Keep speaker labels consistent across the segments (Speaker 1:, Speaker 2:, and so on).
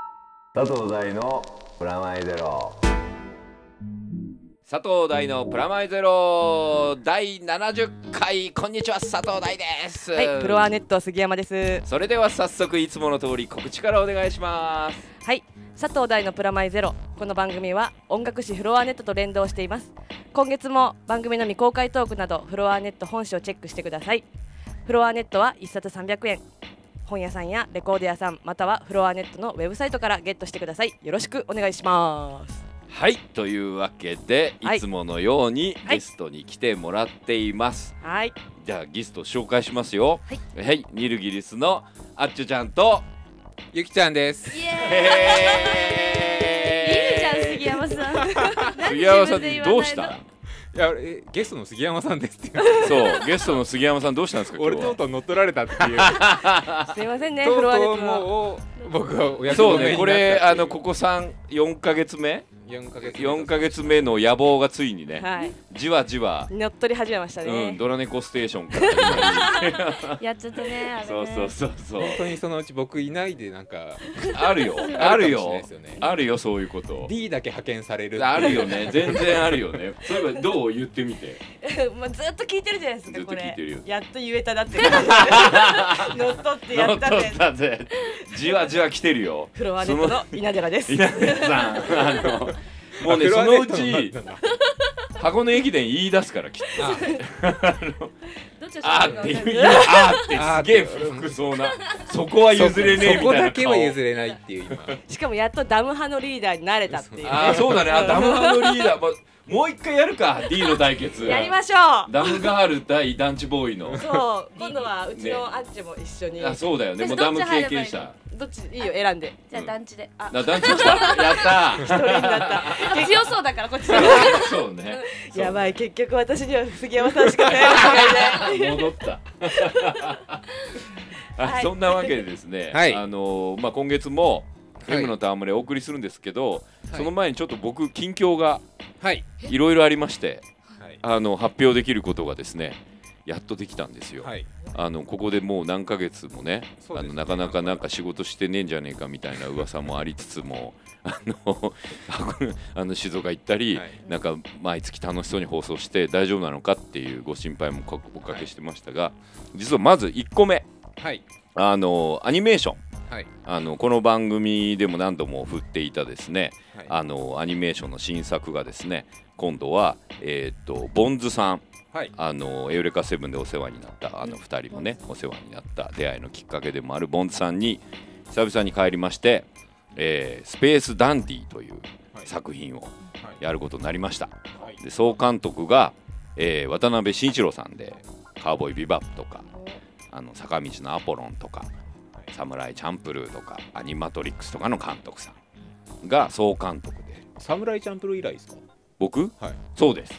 Speaker 1: 佐藤大のプラマイゼロ
Speaker 2: 佐藤大のプラマイゼロ第70回こんにちは佐藤大です
Speaker 3: はい、プロアネット杉山です。
Speaker 2: それでは早速いつもの通り告知からお願いします
Speaker 3: はい、佐藤大のプラマイゼロ。この番組は音楽誌フロアネットと連動しています。今月も番組の未公開トークなどフロアネット本誌をチェックしてください。フロアネットは1冊300円。本屋さんやレコード屋さんまたはフロアネットのウェブサイトからゲットしてください。よろしくお願いします。
Speaker 2: はいというわけで、
Speaker 3: はい
Speaker 2: い、つものように
Speaker 3: はい
Speaker 2: ゲストに来てもらっています、
Speaker 3: はい、
Speaker 2: じゃあゲスト紹介しますよ、
Speaker 3: はい
Speaker 2: ニルギリスのあっちゅちゃんと
Speaker 4: ゆきちゃんです。
Speaker 3: イ
Speaker 2: い
Speaker 3: エーイ。いいじゃん杉 山さん。
Speaker 2: 杉山さんどうした
Speaker 4: いや、えゲストの杉山さんですっていう。
Speaker 2: そうゲストの杉山さんどうしたんですか
Speaker 4: 俺
Speaker 2: 今日
Speaker 4: と
Speaker 2: は
Speaker 4: うとう乗っ取られたって いう。
Speaker 3: すいませんね、
Speaker 4: と
Speaker 3: フ
Speaker 4: う
Speaker 3: ロアネ
Speaker 4: とう
Speaker 3: ットの。
Speaker 4: もう僕はお役
Speaker 2: そう
Speaker 4: 目
Speaker 2: ね
Speaker 4: になったってい
Speaker 2: これ あのここ34ヶ月目
Speaker 4: 四ヶ月
Speaker 2: 4ヶ月目の野望がついにね、
Speaker 3: はい、
Speaker 2: じわじわ、
Speaker 3: 乗っ取り始めましたね。
Speaker 2: うん、ドラネコステーションから、
Speaker 5: やっちゃったね、あれね。
Speaker 2: そうそうそうそう
Speaker 4: 本当にそのうち僕いないでなんか
Speaker 2: あるよある
Speaker 4: かもしれない
Speaker 2: よ
Speaker 4: ですよね
Speaker 2: あるよそういうこと
Speaker 4: D だけ派遣される。
Speaker 2: あるよ。ね全然あるよねそういえばどう言ってみて
Speaker 3: まあずっと聞いてるじゃないですか
Speaker 2: ずっと
Speaker 3: これ
Speaker 2: 聞いてるよ
Speaker 3: やっと言えたなって 乗っ取ってや
Speaker 2: 乗
Speaker 3: っ
Speaker 2: った取
Speaker 3: ね
Speaker 2: ったぜじわじわ来てるよ
Speaker 3: フロアネットの稲寺です
Speaker 2: その稲根さんあのもうね
Speaker 4: フロ
Speaker 2: そ
Speaker 4: アネ
Speaker 2: のう
Speaker 4: ット
Speaker 2: ち
Speaker 4: なんだ
Speaker 2: 箱根駅伝言い出すからきっと
Speaker 4: あ
Speaker 2: あーっていうあー
Speaker 5: どっちが喋るかわかんない
Speaker 4: あー
Speaker 2: っ
Speaker 4: ってて
Speaker 2: すげえ不服そうなそこは譲れねえみたいな
Speaker 4: そこだけは
Speaker 2: 顔
Speaker 4: 譲れないっていう今。
Speaker 3: しかもやっとダム派のリーダーになれたっていうね
Speaker 2: あーそうだねあダムハのリーダー、ま、もう一回やるか D の対決
Speaker 3: やりましょう
Speaker 2: ダムガール対団地ボーイの
Speaker 3: そう今度はうちのあっちも一緒に
Speaker 2: あそうだよねもう
Speaker 5: 私
Speaker 2: ダム
Speaker 5: どっち
Speaker 2: 経
Speaker 5: 入ればい
Speaker 2: 験
Speaker 5: い
Speaker 2: 者
Speaker 3: どっちいいよ選んで
Speaker 5: じゃあ団地で。あ、
Speaker 2: な団地来 たやった
Speaker 3: 一人になっ
Speaker 5: 強そうだからこっち で。
Speaker 2: ーそうね
Speaker 3: たやばい結局私には杉山さんしかないわけないね
Speaker 2: 戻ったあ、
Speaker 3: はい
Speaker 2: そんなわけでですね、
Speaker 4: はい
Speaker 2: あのーまあ、今月も「
Speaker 4: はい
Speaker 2: M のタームレ」お送りするんですけど、
Speaker 4: はい
Speaker 2: その前にちょっと僕近況が
Speaker 4: はい。
Speaker 2: いろいろありまして
Speaker 4: はい。
Speaker 2: あの発表できることがですねやっとできたんですよ。
Speaker 4: はい。
Speaker 2: あのここでもう何ヶ月もね
Speaker 4: そう
Speaker 2: あ
Speaker 4: ですね
Speaker 2: のなかなかなんか仕事してねえんじゃねえかみたいな噂もありつつも あのあの静岡行ったり、
Speaker 4: はい
Speaker 2: なんか毎月楽しそうに放送して大丈夫なのかっていうご心配もかおかけしてましたが、実はまず1個目
Speaker 4: はい。
Speaker 2: あのアニメーション
Speaker 4: はい。
Speaker 2: あのこの番組でも何度も振っていたですね
Speaker 4: はい
Speaker 2: あのアニメーションの新作がですね今度は、えー、とボンズさん
Speaker 4: はい。
Speaker 2: あのエウレカセブンでお世話になったあの2人もねお世話になった出会いのきっかけでもあるボンズさんに久々に帰りまして「えースペースダンディ」という
Speaker 4: はい
Speaker 2: 作品を
Speaker 4: はい
Speaker 2: やることになりました
Speaker 4: はい
Speaker 2: で総監督が、えー渡辺慎一郎さんで「カウボーイビバップ」とか「あの坂道のアポロン」とか「サムライチャンプルー」とか「アニマトリックス」とかの監督さんが総監督で
Speaker 4: サムライチャンプルー以来ですか。
Speaker 2: 僕
Speaker 4: はい。
Speaker 2: そうです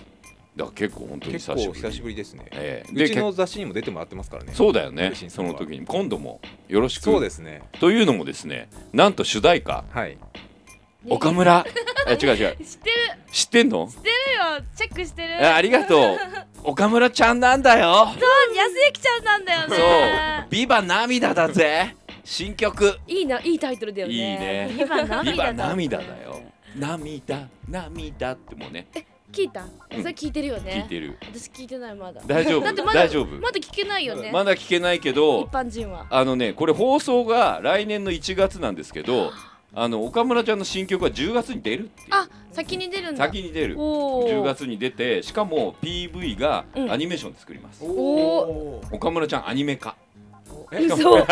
Speaker 2: だから結構本当に
Speaker 4: 結
Speaker 2: 久
Speaker 4: 構
Speaker 2: しぶり
Speaker 4: 久しぶりですね。
Speaker 2: ええ
Speaker 4: うちの雑誌にも出てもらってますからね。
Speaker 2: そうだよね
Speaker 4: 嬉しいです
Speaker 2: その時に今度もよろしく
Speaker 4: そうですね。
Speaker 2: というのもですねなんと主題歌
Speaker 4: はい。
Speaker 2: 岡村あ違う違う
Speaker 5: 知ってる
Speaker 2: 知ってんの
Speaker 5: よ、チェックしてる。
Speaker 2: あありがとう岡村ちゃんなんだよ
Speaker 5: そう、安幸ちゃんなんだよ
Speaker 2: そう
Speaker 5: ね
Speaker 2: 「。ビバ涙だぜ新曲
Speaker 5: いいな、いいタイトルだよね。
Speaker 2: いいね
Speaker 5: ビバ
Speaker 2: 「ビ
Speaker 5: 涙
Speaker 2: バ
Speaker 5: だ。
Speaker 2: 涙だよ。涙涙」ってもうね
Speaker 5: 聞いた。それ聞いてるよ
Speaker 2: 聞い
Speaker 5: ね。
Speaker 2: てる
Speaker 5: 私聞いてないまだ。
Speaker 2: 大丈夫
Speaker 5: だってまだ
Speaker 2: 大丈夫
Speaker 5: まだ聞けないよね。
Speaker 2: まだ聞けないけ
Speaker 5: 一
Speaker 2: ど
Speaker 5: 般人は。
Speaker 2: あのねこれ放送が来年の1月なんですけどあの岡村ちゃんの新曲は10月に出るっていう
Speaker 5: あ、先に出るんだ。
Speaker 2: 先に出る
Speaker 5: おお。
Speaker 2: 10。月に出てしかも PV が
Speaker 5: うん
Speaker 2: アニメーションで作ります、
Speaker 5: お
Speaker 4: お。
Speaker 2: 岡村ちゃんアニメ化
Speaker 4: え
Speaker 5: 嘘。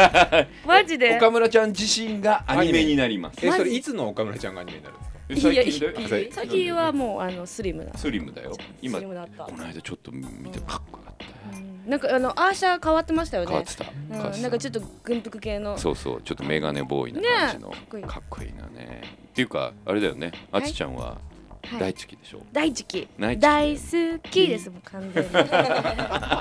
Speaker 5: マジで。
Speaker 2: 岡村ちゃん自身がアニメになります
Speaker 4: えそれいつの岡村ちゃんがアニメになるんですか。
Speaker 2: え
Speaker 5: いや
Speaker 2: 最近だよ
Speaker 4: いや
Speaker 2: なんで
Speaker 5: 先はもうあのスリムだ。
Speaker 2: スリムだよ今
Speaker 3: スリ
Speaker 2: こ
Speaker 3: ムだった
Speaker 2: の間ちょっと見て
Speaker 5: うん
Speaker 2: かっこよかったよ
Speaker 5: うんなんかあのアーシャ変わってましたよ
Speaker 2: 変わっ
Speaker 5: ね。
Speaker 2: てた
Speaker 5: う
Speaker 2: 変わってた
Speaker 5: ん、なんかちょっと軍服系の。
Speaker 2: そうそうちょっとメガネボーイな感じの、
Speaker 5: ねえかっこいい
Speaker 2: かっこいいなねっていうかあれだよねあ
Speaker 5: い
Speaker 2: ちちゃんは
Speaker 5: はい
Speaker 2: 大好きでしょ、
Speaker 5: 大好き
Speaker 2: 大好き
Speaker 5: 大好きですもう完全に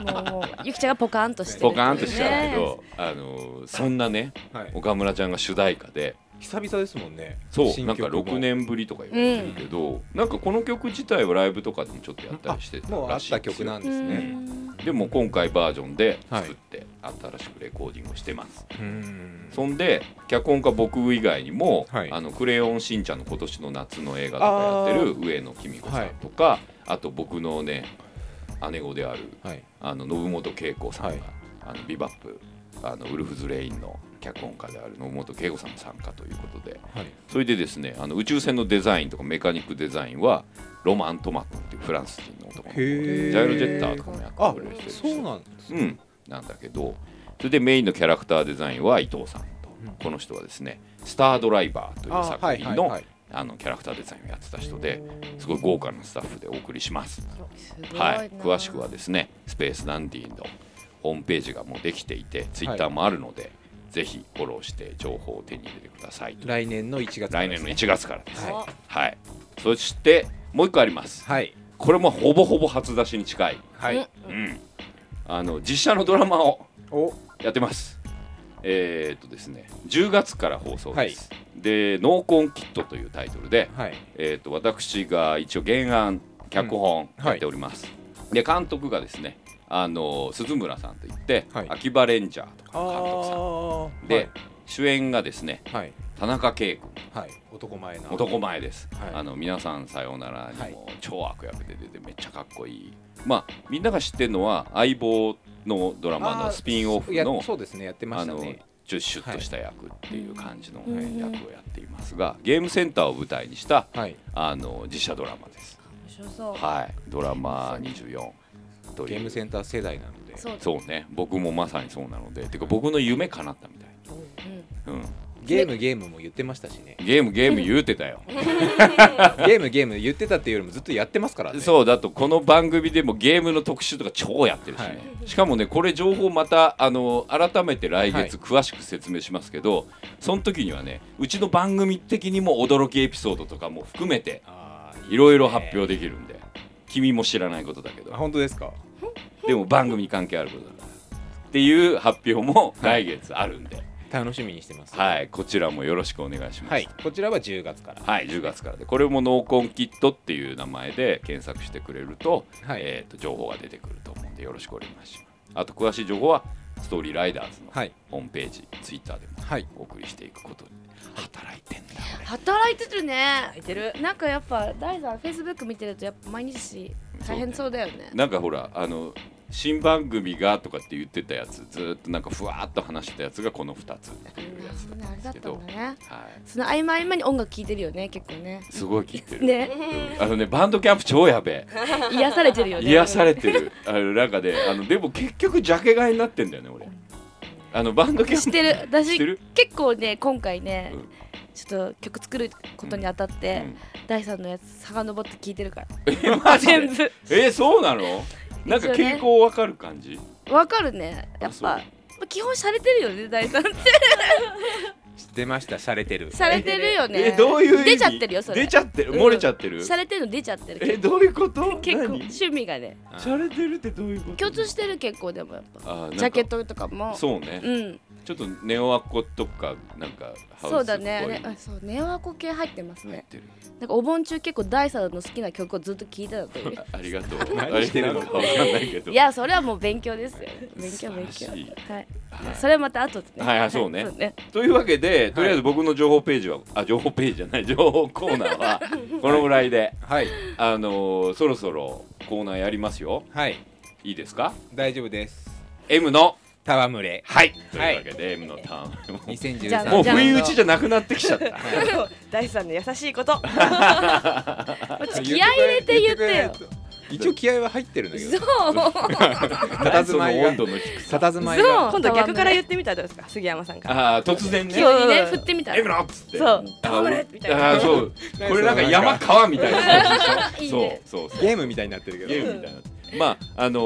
Speaker 5: もうもうゆきちゃんがポカーンとしてる
Speaker 2: ポカーンとしちゃうけど、あのーそんなね
Speaker 4: はい。
Speaker 2: 岡村ちゃんが主題歌で
Speaker 4: 久々ですもんね。
Speaker 2: そう
Speaker 4: 新
Speaker 2: なんか
Speaker 4: 曲も
Speaker 2: 6。年ぶりとか言われてるけど、なんかこの曲自体はライブとかでもちょっとやったりしてた
Speaker 4: もうあ
Speaker 2: ら
Speaker 4: っ
Speaker 2: しい
Speaker 4: た
Speaker 2: んです
Speaker 4: 曲
Speaker 2: よ
Speaker 4: なん
Speaker 5: う
Speaker 4: ですね。
Speaker 5: ん
Speaker 2: でも今回バージョンで作って、新しくレコーディングをしてます
Speaker 4: うん
Speaker 2: そんで脚本家僕以外にも「
Speaker 4: はい
Speaker 2: あのクレヨンしんちゃん」の今年の夏の映画とかやってる上野公子さんとか、あと僕のね姉子である
Speaker 4: はい
Speaker 2: あの信本恵子さんが、
Speaker 4: はい
Speaker 2: あのビバップあのウルフズ・レインの脚本家である信本恵子さんの参加ということで
Speaker 4: はい
Speaker 2: それでですねあの宇宙船のデザインとかメカニックデザインはロマン・トマトンっていうフランス人の男の子
Speaker 4: へ
Speaker 2: で
Speaker 4: ー
Speaker 2: ジャイロジェッターとかもや
Speaker 4: あ
Speaker 2: ってくれてる人
Speaker 4: そうなんですね
Speaker 2: うん、なんだけどそれでメインのキャラクターデザインは伊藤さんと、
Speaker 4: うん
Speaker 2: この人はですね「スター・ドライバー」という
Speaker 4: あは
Speaker 2: 作
Speaker 4: い
Speaker 2: 品
Speaker 4: はいは
Speaker 2: の
Speaker 4: い
Speaker 2: あのキャラクターデザインをやってた人ですごい豪華なスタッフでお送りします。
Speaker 5: すごいな
Speaker 2: はい、詳しくはですねスペースダンディのホームページがもうできていてツイッターもあるので、ぜひフォローして情報を手に入れてくださいと
Speaker 4: 来年の1月から
Speaker 2: 来
Speaker 4: で
Speaker 2: 年
Speaker 4: す
Speaker 2: の
Speaker 4: ね
Speaker 2: 1月からです、
Speaker 4: は
Speaker 2: はい、そしてもう一個あります、
Speaker 4: はい
Speaker 2: これもほぼほぼ初出しに近い、
Speaker 4: はい
Speaker 2: うん、あの実写のドラマを
Speaker 4: お
Speaker 2: やってます。えーっとですね、10月から放送です。で、ノーコンキットというタイトルで、
Speaker 4: はい
Speaker 2: えーっと私が一応原案脚本
Speaker 4: うんはい
Speaker 2: やっております。で、監督がですね、あの鈴村さんといって、
Speaker 4: はい
Speaker 2: 秋葉レンジャーとかの監督さ
Speaker 4: あ
Speaker 2: ん
Speaker 4: ー
Speaker 2: で、主演がですね、
Speaker 4: はい
Speaker 2: 田中圭君、
Speaker 4: はい男前な
Speaker 2: 男前です。
Speaker 4: はい
Speaker 2: あの皆さんさようならにも超悪役で出てめっちゃかっこいい。まあみんなが知ってるのは相棒のドラマのスピンオフ
Speaker 4: や
Speaker 2: の
Speaker 4: そうですねやってま
Speaker 2: あ
Speaker 4: した
Speaker 2: の
Speaker 4: ね
Speaker 2: ちょシュッとした役っていう感じの
Speaker 5: い
Speaker 2: ね役をやっていますが、ゲームセンターを舞台にした
Speaker 4: はい
Speaker 2: あの実写ドラマです。
Speaker 5: 面白そう
Speaker 2: はい、ドラマ24と
Speaker 4: ゲ
Speaker 2: い
Speaker 4: ーム
Speaker 2: う。
Speaker 4: センター世代なので
Speaker 5: そう
Speaker 2: そうね、僕もまさにそうなので、てか僕の夢叶ったみたい。う
Speaker 4: ゲームゲームも言ってましたしね
Speaker 2: ん、ゲームゲーム言うてたよ。
Speaker 4: ゲームゲーム言ってたっていうよりもずっとやってますからね
Speaker 2: そうだとこの番組でもゲームの特集とか超やってるしね、
Speaker 4: は
Speaker 2: しかもねこれ情報またあの改めて来月詳しく説明しますけど、その時にはねうちの番組的にも驚きエピソードとかも含めて
Speaker 4: あー
Speaker 2: いろいろ発表できるんで君も知らないことだけ
Speaker 4: あ
Speaker 2: ど
Speaker 4: 本当ですか
Speaker 2: でも番組に関係あることだからっていう発表も
Speaker 4: は
Speaker 2: 来
Speaker 4: い
Speaker 2: 月あるんで、はい
Speaker 4: 楽しみにしてます
Speaker 2: こちらもよろしくお願いします。
Speaker 4: はいこちらは10月から
Speaker 2: はい、10月からでこれも「ノーコンキット」っていう名前で検索してくれると,、
Speaker 4: はい
Speaker 2: えーと情報が出てくると思うんでよろしくお願いしますあと詳しい情報はストーリーライダーズの
Speaker 4: はい
Speaker 2: ホームページ、ツイッターでも
Speaker 4: はい
Speaker 2: お送りしていくことに働いてんだ
Speaker 5: 働いてるね
Speaker 3: いてる
Speaker 5: なんかやっぱダイさんフェイスブック見てるとやっぱ毎日大変そうだよね
Speaker 2: 俺なんかほらあの新番組がとかって言ってたやつずーっとなんかふわーっと話してたやつがこの2つっていうやつだった
Speaker 5: あ
Speaker 2: ん
Speaker 5: れ
Speaker 2: で
Speaker 5: だ
Speaker 2: すけ
Speaker 5: った
Speaker 2: ど
Speaker 5: ん、だね
Speaker 2: はい、
Speaker 5: その合間合間に音楽聴いてるよね結構ね
Speaker 2: すごい聞いてる、
Speaker 5: ね
Speaker 2: うんあのねバンドキャンプ超やべえ
Speaker 5: 癒されてるよね
Speaker 2: 癒されてるあのなんかねあのでも結局ジャケ買いになってんだよね俺あのバンドキャンプ
Speaker 5: 知ってる
Speaker 2: 知って
Speaker 5: 私
Speaker 2: る
Speaker 5: 結構ね今回ね、
Speaker 2: うん
Speaker 5: ちょっと曲作ることにあたって、ダイさんのやつ遡って聞いてるから
Speaker 2: うんマジ
Speaker 5: 全
Speaker 2: で
Speaker 5: 部
Speaker 2: えそうなのなんか
Speaker 5: 一応ね
Speaker 2: 傾向わかる感じ、
Speaker 5: わかるねやっ
Speaker 2: そう
Speaker 5: ぱまあ基本されてるよねダイさんって
Speaker 4: 出ましたされてる
Speaker 5: されてるよ
Speaker 2: え
Speaker 5: ね
Speaker 2: どういう意味
Speaker 5: 出ちゃってるよそれ
Speaker 2: 出ちゃってる
Speaker 5: うん
Speaker 2: 漏れちゃってる、
Speaker 5: されてるの出ちゃってる
Speaker 2: えどういうこと
Speaker 5: 結
Speaker 2: 何
Speaker 5: 構趣味がね
Speaker 2: されてるってどういうこと
Speaker 5: 共通してる結構でもやっぱ
Speaker 2: あなんか
Speaker 5: ジャケットとかも
Speaker 2: そうね、
Speaker 5: うん
Speaker 2: ちょっとネオアコとかなんかハウスっぽい
Speaker 5: そうだねねあそうネオアコ系入ってます
Speaker 2: 入っ
Speaker 5: ね
Speaker 2: てる
Speaker 5: なんかお盆中結構ダイさんの好きな曲をずっと聴いてたという
Speaker 2: あありがと う
Speaker 4: 何してるの
Speaker 2: あれなんかわかんないけど
Speaker 5: いやそれはもう勉強ですよ勉強勉
Speaker 2: 素晴
Speaker 5: 強
Speaker 2: らしい
Speaker 5: はい
Speaker 2: はい
Speaker 5: それはまた後でね
Speaker 2: はいはいそうね
Speaker 5: ね
Speaker 2: というわけでとりあえず僕の情報ページは、あ情報ページじゃない情報コーナー はこのぐらいで、
Speaker 4: はい
Speaker 2: あのーそろそろコーナーやりますよ
Speaker 4: はい
Speaker 2: いいですか
Speaker 4: 大丈夫です
Speaker 2: M の
Speaker 4: 戯れ
Speaker 2: はいというわけで、M のターンも
Speaker 5: じゃ
Speaker 4: 2013
Speaker 2: う
Speaker 5: あ
Speaker 2: もう
Speaker 5: じゃあ
Speaker 2: 不意打ちじゃなくなってきちゃ った
Speaker 3: 第三の優しいこと
Speaker 5: 気合い入れて言ってよ
Speaker 4: 一応気合は入ってるんだけど
Speaker 5: そう
Speaker 4: 佇まいが
Speaker 2: 温度の低さ
Speaker 4: 佇まいが
Speaker 3: 今度逆から言ってみたらどうですか杉山さんから
Speaker 2: あー突然ね
Speaker 5: 急にね振ってみた
Speaker 2: M
Speaker 5: ら
Speaker 2: のっつって
Speaker 3: そう
Speaker 2: あ
Speaker 3: 黙れみたいな
Speaker 2: あーそう これなんか山川みたいな感じでしょ
Speaker 5: いいね
Speaker 2: そうそうそう
Speaker 4: ゲームみたいになってる
Speaker 2: ゲ
Speaker 4: け
Speaker 2: ームみたいな。まああの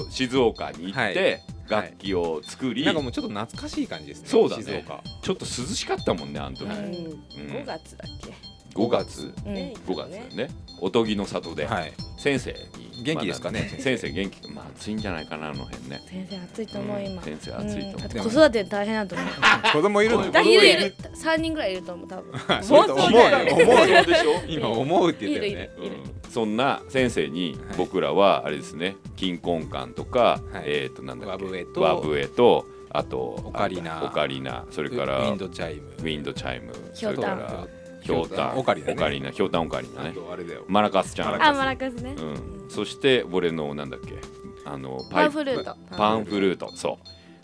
Speaker 2: ー静岡に行って、
Speaker 4: はい
Speaker 2: 楽器を作り、
Speaker 4: どなんかもうちょっと懐かしい感じですね
Speaker 2: そうだね
Speaker 4: 静岡
Speaker 2: ちょっと涼しかったもんねあの時、
Speaker 4: は
Speaker 3: う
Speaker 4: い
Speaker 3: ん、5月だっけ
Speaker 2: 5月
Speaker 5: うん
Speaker 3: ね
Speaker 2: 5月だよねおとぎの里で
Speaker 4: はい
Speaker 2: 先生に
Speaker 4: 元気ですかね
Speaker 2: まあ先生元気まあ暑いんじゃないかなあの辺ね
Speaker 5: 先生暑いと思う、
Speaker 2: うん
Speaker 5: 今
Speaker 2: 先生暑いと思う
Speaker 5: だって子育て大変だと思う
Speaker 4: 子供いるの
Speaker 5: だいるいる3人ぐらいいると思う多 分
Speaker 4: はいそう思うよ思うよ
Speaker 2: でしょ
Speaker 4: 今思うって言
Speaker 5: い
Speaker 4: った
Speaker 5: るい
Speaker 4: よね
Speaker 5: るいる
Speaker 2: そんな先生に
Speaker 4: はい
Speaker 2: 僕らはあれですね金婚館とか、
Speaker 4: はい
Speaker 2: えっ、となんだっけ
Speaker 4: 和笛と
Speaker 2: 和笛とあと
Speaker 4: オカリナ
Speaker 2: あれだオカリナそれから
Speaker 4: ウ
Speaker 2: ウ
Speaker 4: ィ
Speaker 2: ィ
Speaker 4: ン
Speaker 2: ンド
Speaker 4: ドチャイム
Speaker 2: チャイム
Speaker 5: ひょうたん
Speaker 2: それからひょうたん
Speaker 4: オカリナね
Speaker 2: オカリナひょうたんオカリナ
Speaker 4: あ
Speaker 2: ね
Speaker 4: とあれだよ
Speaker 2: マラカスちゃん
Speaker 5: あマラカスね
Speaker 2: うん、そして俺のなんだっけあの
Speaker 5: パ
Speaker 2: イ
Speaker 5: ンフルート
Speaker 2: パンフルートそ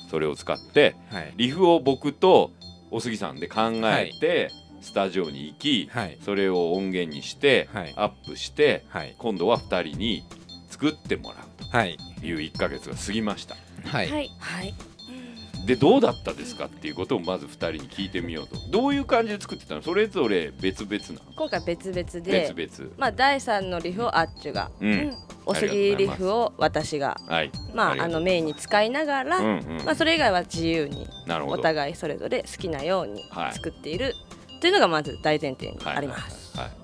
Speaker 2: うそれを使って
Speaker 4: はい
Speaker 2: リフを僕とお杉さんで考えて、スタジオに行き、
Speaker 4: はい
Speaker 2: それを音源にして、
Speaker 4: はい
Speaker 2: アップして
Speaker 4: はい
Speaker 2: 今度は2人に作ってもらう
Speaker 4: はい
Speaker 2: という1ヶ月が過ぎました
Speaker 4: は
Speaker 5: はいいはい
Speaker 2: でどうだったですかっていうことをまず2人に聞いてみようとどういう感じで作ってたのそれぞれ別々なの
Speaker 3: 今回別々で
Speaker 2: 別々
Speaker 3: まあ第三のリフをあっちゅが
Speaker 2: うん、
Speaker 3: おすぎリフを私が
Speaker 2: はい
Speaker 3: まあ
Speaker 2: りが
Speaker 3: あ
Speaker 2: と
Speaker 3: のメインに使いながら、
Speaker 2: ううんうん
Speaker 3: まあそれ以外は自由に
Speaker 2: なるほ
Speaker 3: お
Speaker 2: ど
Speaker 3: 互いそれぞれ好きなように
Speaker 2: はい
Speaker 3: 作っているというのがまず大前提にあります。
Speaker 2: はいはい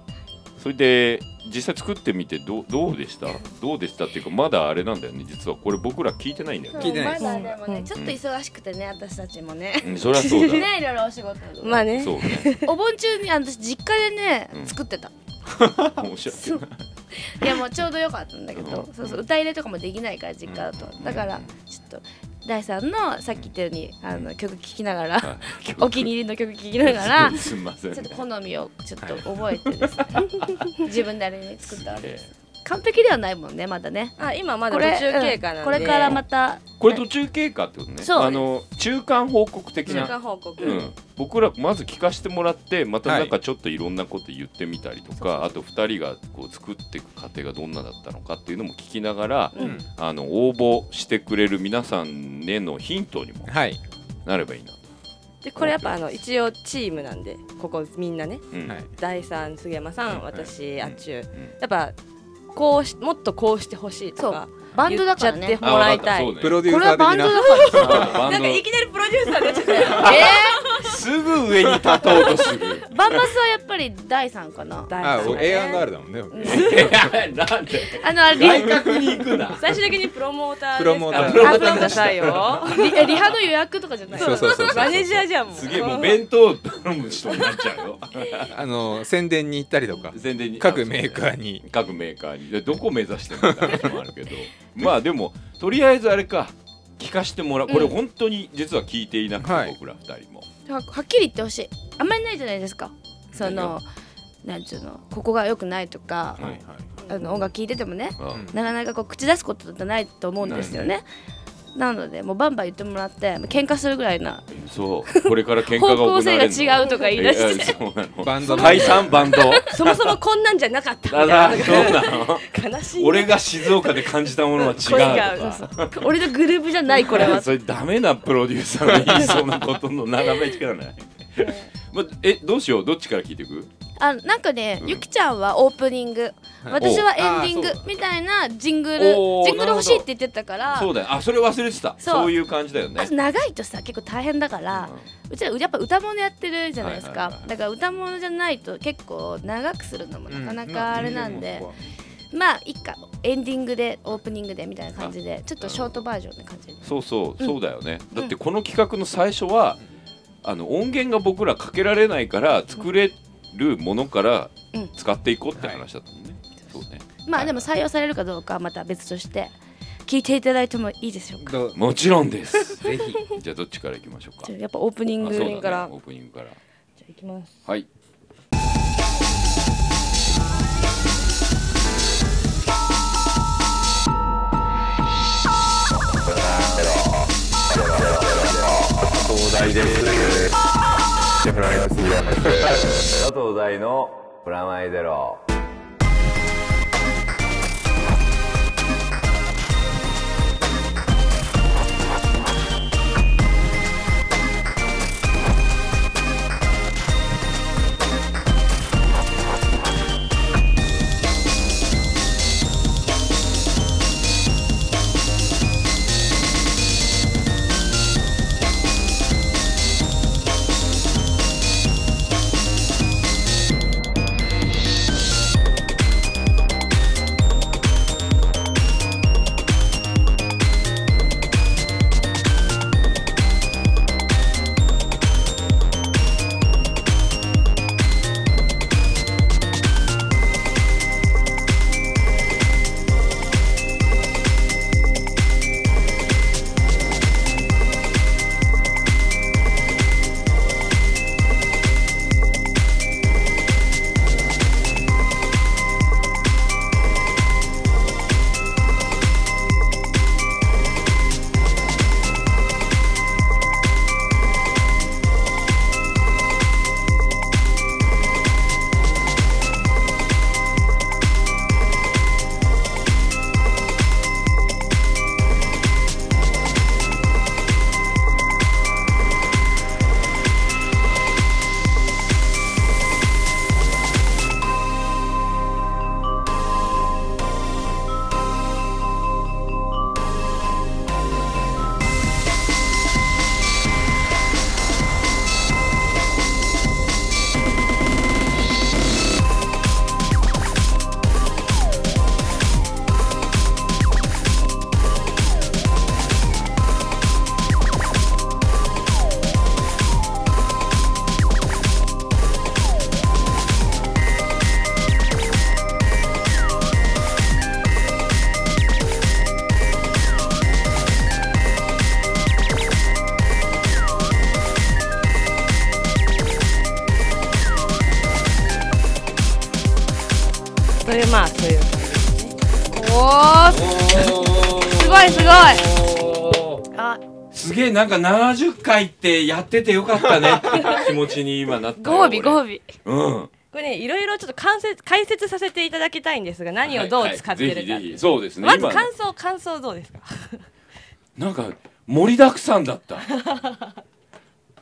Speaker 2: それで実際作ってみてどうどうでしたどうでしたっていうかまだあれなんだよね実はこれ僕ら聞いてないんだよ
Speaker 4: 聞い
Speaker 2: ね、
Speaker 4: てないです
Speaker 5: まだでも
Speaker 3: う
Speaker 5: ね
Speaker 3: ん
Speaker 5: ちょっと忙しくてね私たちもね
Speaker 2: うん、そりゃそうだ、
Speaker 5: ねいろいろお仕事
Speaker 3: まあね
Speaker 2: そうね
Speaker 5: お盆中にあの私実家でね
Speaker 2: うん
Speaker 5: 作ってた
Speaker 2: 面白い
Speaker 5: そういやもうちょうどよかったんだけど、
Speaker 2: うん
Speaker 5: そうそう歌入れとかもできないから実家だと、
Speaker 2: うん
Speaker 5: だからちょっと第三のさっき言ったようにあの曲聴きながら、 お気に入りの曲聴きなが らち
Speaker 2: すみません、
Speaker 5: ょっ
Speaker 2: ね
Speaker 5: と好みをちょっと覚えてですね 自分であれに作ったわけ
Speaker 2: え
Speaker 5: です 完璧ではないもんねまだね
Speaker 3: あ今まだ
Speaker 5: こ
Speaker 3: 途
Speaker 5: れ
Speaker 3: 中経過な
Speaker 5: うんん
Speaker 3: で、
Speaker 5: これからまた
Speaker 2: ーこれ途中経過ってことね
Speaker 5: そう
Speaker 2: あの中間報告的
Speaker 3: 中間
Speaker 2: な、
Speaker 3: 報告、
Speaker 2: うん、僕らまず聞かせてもらってまたなんかちょっといろんなこと言ってみたりとか、あと2人がこう作っていく過程がどんなだったのかっていうのも聞きながら、
Speaker 4: うん
Speaker 2: あの応募してくれる皆さんへのヒントにも
Speaker 4: はい
Speaker 2: なればいいなと、
Speaker 3: でこれやっぱあの一応チームなんでここみんなね
Speaker 2: うん
Speaker 4: はい
Speaker 3: 第三杉山さん、
Speaker 4: うん
Speaker 3: 私、あっちゅう、
Speaker 2: ん
Speaker 3: やっぱこうしもっとこうしてほしいとか
Speaker 5: バンドだから
Speaker 3: 言っ
Speaker 5: ね
Speaker 3: ちゃってもらいたい
Speaker 2: あわかったそ
Speaker 4: プ
Speaker 2: う
Speaker 4: ロ
Speaker 2: ね
Speaker 4: デュ
Speaker 5: こ
Speaker 4: ーサ
Speaker 5: れは
Speaker 4: ー的な
Speaker 5: バンドだから
Speaker 2: バ
Speaker 3: なんかい
Speaker 2: ン
Speaker 3: きなりプロデューサーになっちゃ ったよ
Speaker 2: ドすぐ上に立とうとする
Speaker 5: バンバスはやっぱり第三かな
Speaker 3: 第
Speaker 4: あ
Speaker 3: 三
Speaker 4: お
Speaker 3: ね
Speaker 4: A&R だもんね
Speaker 2: なんで
Speaker 5: あのあれリ
Speaker 2: 外角に行くな
Speaker 3: 最終的にプロモーター
Speaker 4: プロモーター
Speaker 3: ですからあプロモーターしたい よ
Speaker 5: リリハの予約とかじゃない
Speaker 4: そうそうそうそう
Speaker 3: マネージャーじゃんもう
Speaker 2: すげえもう弁当頼む人になっちゃうよ
Speaker 4: あの宣伝に行ったりとか
Speaker 2: 全然
Speaker 4: 各メーカーに
Speaker 2: 各メーカーにでどこ目指してるのかってのもあるけどまあでもとりあえずあれか聞かしてもらうこれ本当に実は聞いていなくて、
Speaker 4: はい
Speaker 2: 僕ら二人も
Speaker 5: ははっきり言ってほしいあんまりないじゃないですかそのなんつうのここが良くないとか、
Speaker 2: はい
Speaker 5: あの音楽聴いててもね
Speaker 2: あ
Speaker 4: うん
Speaker 5: なかなかこう口出すことってないと思うんですよねなのでもうバンバン言ってもらって喧嘩するぐらいな
Speaker 2: そうこれから喧嘩が
Speaker 5: 方
Speaker 2: 行わ
Speaker 5: 向
Speaker 2: れる
Speaker 5: 性
Speaker 2: の
Speaker 5: が違うとか言い出して
Speaker 2: やそうなの
Speaker 4: バンドの
Speaker 2: 解散バンド
Speaker 3: そもそもこんなんじゃなかったみた
Speaker 2: だ
Speaker 3: いな
Speaker 2: だそうなの
Speaker 3: 悲しいね
Speaker 2: 俺が静岡で感じたものは違うと
Speaker 3: 恋が
Speaker 2: か
Speaker 5: 俺のグループじゃないこれ は
Speaker 2: それダメなプロデューサーが言いそうなことの眺め力ないまえどうしようどっちから聞いていく
Speaker 5: あなんかね、
Speaker 2: うん
Speaker 5: ゆきちゃんはオープニング
Speaker 4: はい
Speaker 5: 私はエンディ
Speaker 4: おうあー
Speaker 5: ン
Speaker 4: そう
Speaker 5: グみたいなジングル
Speaker 2: おー
Speaker 5: ジングル欲しいって言ってたから
Speaker 2: そうだよあそれ忘れてた
Speaker 5: そう
Speaker 2: そういう感じだよね
Speaker 5: あと長いとさ結構大変だから、うちらやっぱ歌物やってるじゃないですか、
Speaker 2: はいはいはい
Speaker 5: だから歌物じゃないと結構長くするのもなかなかあれなんで、
Speaker 4: う
Speaker 5: まあいっかエンディングでオープニングでみたいな感じでちょっとショートバージョンな感じで
Speaker 2: そうそう、
Speaker 5: うん
Speaker 2: そうだよねだってこの企画の最初は、あの音源が僕らかけられないから作れるものから
Speaker 3: うん
Speaker 2: 使っていこうって話だったもんね、そうね
Speaker 5: まあでも採用されるかどうかはまた別として聞いていただいてもいいでしょうか
Speaker 4: どう
Speaker 2: もちろんです
Speaker 4: ぜひ
Speaker 2: じゃあどっちからいきましょうか
Speaker 5: じゃあやっぱオープニン
Speaker 2: あ
Speaker 5: グ
Speaker 2: そうだ
Speaker 3: ングから
Speaker 2: ねオープニングから
Speaker 3: じゃあ行きます
Speaker 2: はい
Speaker 1: 東大です佐藤大のプラマイゼロ
Speaker 2: 「
Speaker 5: いすごいあ
Speaker 2: すげえなんか70回ってやっててよかったねって気持ちに今なったよ
Speaker 5: ご褒美
Speaker 2: 俺
Speaker 5: ご褒美
Speaker 2: うん
Speaker 3: これねいろいろちょっと解説解説させていただきたいんですが何をどう使ってるか、
Speaker 2: はいはいぜひぜひそうですね
Speaker 3: まず
Speaker 2: 今
Speaker 3: 感想感想どうですか
Speaker 2: なんか盛りだくさんだった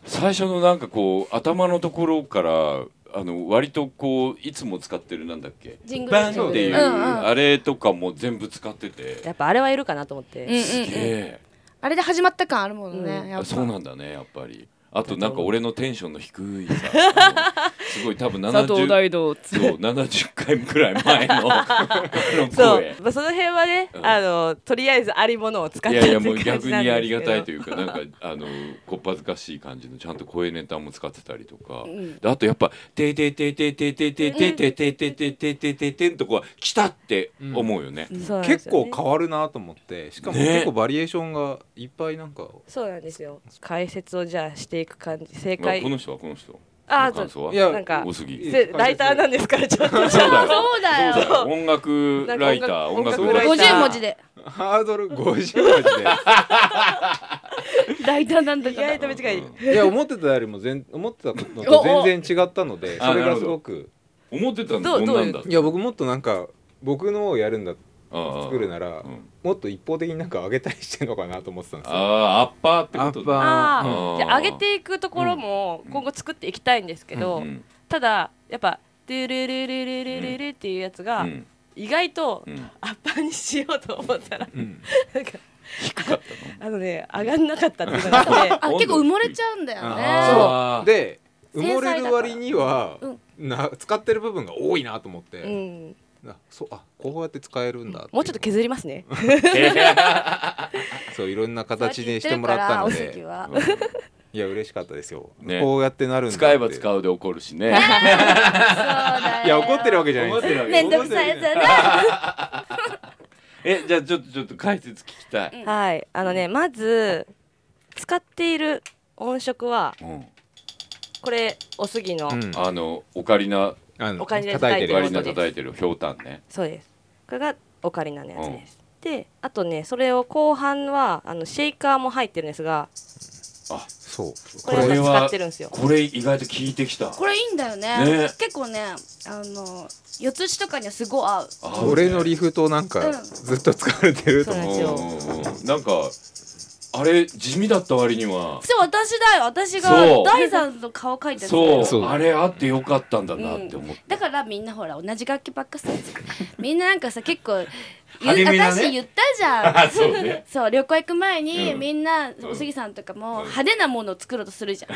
Speaker 2: 最初のなんかこう頭のところからあの割とこういつも使ってるなんだっけ
Speaker 5: ジングル
Speaker 2: バンっていう、
Speaker 5: うんうん
Speaker 2: あれとかも全部使ってて
Speaker 3: やっぱあれはいるかなと思って、
Speaker 5: うん
Speaker 2: すげ
Speaker 5: うんうん
Speaker 2: え
Speaker 5: あれで始まった感あるもん
Speaker 3: うん
Speaker 5: ねや
Speaker 2: あ
Speaker 5: っぱ
Speaker 2: そうなんだねやっぱりあとなんか俺のテンションの低 いさあのすごい多分70
Speaker 3: 道
Speaker 2: そう70回くらい 前のあの
Speaker 3: そう
Speaker 2: 声、
Speaker 3: まあ、その辺はね、
Speaker 2: うん
Speaker 3: あのとりあえずありものを使った
Speaker 2: い
Speaker 3: って
Speaker 2: やいや
Speaker 3: い
Speaker 2: もう
Speaker 3: う感
Speaker 2: 逆
Speaker 3: じなんです
Speaker 2: に
Speaker 3: けど
Speaker 2: ありがたいというかなんかあのこっぱずかしい感じのちゃんと声ネタも使ってたりとか、
Speaker 3: ん
Speaker 2: であとやっぱ「ててててててててててててててててんとこは来たって思うよね、
Speaker 3: そうなんです
Speaker 4: 結
Speaker 3: よね
Speaker 4: 構変わるなと思ってしかも
Speaker 2: ね
Speaker 4: 結構バリエーションがいっぱいなんか
Speaker 3: そうなんですよ解説をじゃあしていく感じ正
Speaker 2: まあ
Speaker 3: 解
Speaker 2: この人はこの人
Speaker 3: あ
Speaker 2: 感想はい
Speaker 4: や
Speaker 3: なんか
Speaker 2: 多すぎ
Speaker 3: せライターなんですからちょっと
Speaker 2: そうだよ
Speaker 5: そうだ
Speaker 2: そうだ
Speaker 5: よ
Speaker 2: よ音楽ライター
Speaker 3: なん
Speaker 2: 音
Speaker 3: か
Speaker 2: 楽
Speaker 3: 音楽
Speaker 2: ライ
Speaker 3: ライ
Speaker 2: タ
Speaker 3: タ
Speaker 2: ー
Speaker 3: ー
Speaker 5: 50文字で
Speaker 4: ハードル50文字で
Speaker 5: ライターなんだ
Speaker 3: 意
Speaker 5: から
Speaker 3: 外と短い
Speaker 4: いや思ってたよりも全思ってたのと全然違ったので
Speaker 2: おお
Speaker 4: それがすごく
Speaker 2: 思ってたの
Speaker 3: ど
Speaker 2: こ
Speaker 3: うん
Speaker 2: なんだ
Speaker 3: どう
Speaker 4: いや僕もっとなんか僕のをやるんだ
Speaker 2: ああ
Speaker 4: 作るなら
Speaker 2: うん
Speaker 4: もっと一方的になんか上げたりしてんのかなと思ってたんです
Speaker 2: あ
Speaker 4: よ
Speaker 2: あアッパーってことだ
Speaker 3: あ
Speaker 4: アッ
Speaker 2: うん
Speaker 3: ーじゃあ上げていくところも今後作っていきたいんですけど、
Speaker 2: うん
Speaker 3: ただやっぱ「ドゥルルルルルルル」っていうやつ
Speaker 2: う
Speaker 3: が
Speaker 2: ん
Speaker 3: 意外と
Speaker 2: うん
Speaker 3: アッパーにしようと思ったら
Speaker 4: うん
Speaker 3: なんか
Speaker 2: 低かったの
Speaker 3: あのね上がんなかったっていうのがあって
Speaker 5: あ結構埋もれちゃうんだよね
Speaker 2: ああ
Speaker 4: で埋
Speaker 5: 繊細
Speaker 4: も
Speaker 5: だから
Speaker 4: れる割には
Speaker 5: うん
Speaker 4: な使ってる部分が多いなと思っ
Speaker 3: う
Speaker 4: て
Speaker 3: ん、
Speaker 4: あそうあこうやって使えるんだ
Speaker 3: もうちょっと削りますね。
Speaker 4: そういろんな形にしてもらったの
Speaker 5: そうやって
Speaker 4: で
Speaker 5: 言ってるからお席は
Speaker 2: うん
Speaker 4: いや嬉しかったですよ
Speaker 2: ね
Speaker 4: こうやってなるんだ
Speaker 2: 使えば
Speaker 4: う
Speaker 2: 使うで怒るしね。
Speaker 5: そうだよ
Speaker 4: いや 怒ってるわけじゃないです
Speaker 5: めんどくさいやつだな
Speaker 2: え、じゃあちょっとちょっと解説聞きたい。
Speaker 3: はい、あのね、まず使っている音色は
Speaker 2: うん
Speaker 3: これおすぎの、
Speaker 4: うん
Speaker 2: あのオカリナ、
Speaker 4: あの
Speaker 3: お金で
Speaker 2: オ
Speaker 4: 叩いて
Speaker 2: カ
Speaker 4: る
Speaker 2: リ
Speaker 4: やつ
Speaker 2: ナ叩いてるひょうたんね。
Speaker 3: そうです。これがオカリナのやつです。で、あとね、それを後半はあのシェイカーも入ってるんですが、
Speaker 2: あ、
Speaker 4: そう
Speaker 3: これを使ってるんですよ。
Speaker 2: これ意外と聞いてきた。
Speaker 5: これいいんだよね
Speaker 2: ね
Speaker 5: 結構ねあの四つ打ちとかにはすごい合う
Speaker 2: あ
Speaker 4: 俺のリフとなん
Speaker 5: う
Speaker 4: か
Speaker 5: ん
Speaker 4: ずっと使われてると
Speaker 3: そうなん
Speaker 4: 思う
Speaker 3: で
Speaker 2: う
Speaker 3: す
Speaker 2: ん
Speaker 3: よ
Speaker 2: うんうんなんかあれ地味だった割には。
Speaker 5: そう私だよ私が
Speaker 2: そう
Speaker 5: 第三の顔描いてる
Speaker 2: そう
Speaker 4: そう
Speaker 2: あれあってよかったんだなって思って。
Speaker 5: だからみんなほら同じ楽器ばっかさみんななんかさ 結構言う
Speaker 2: 励みだね
Speaker 5: 私言ったじゃ
Speaker 2: あ、
Speaker 5: ん
Speaker 2: そうね。
Speaker 5: そう旅行行く前に、
Speaker 2: うん
Speaker 5: みんなおすぎさんとかも派手なものを作ろうとするじゃん、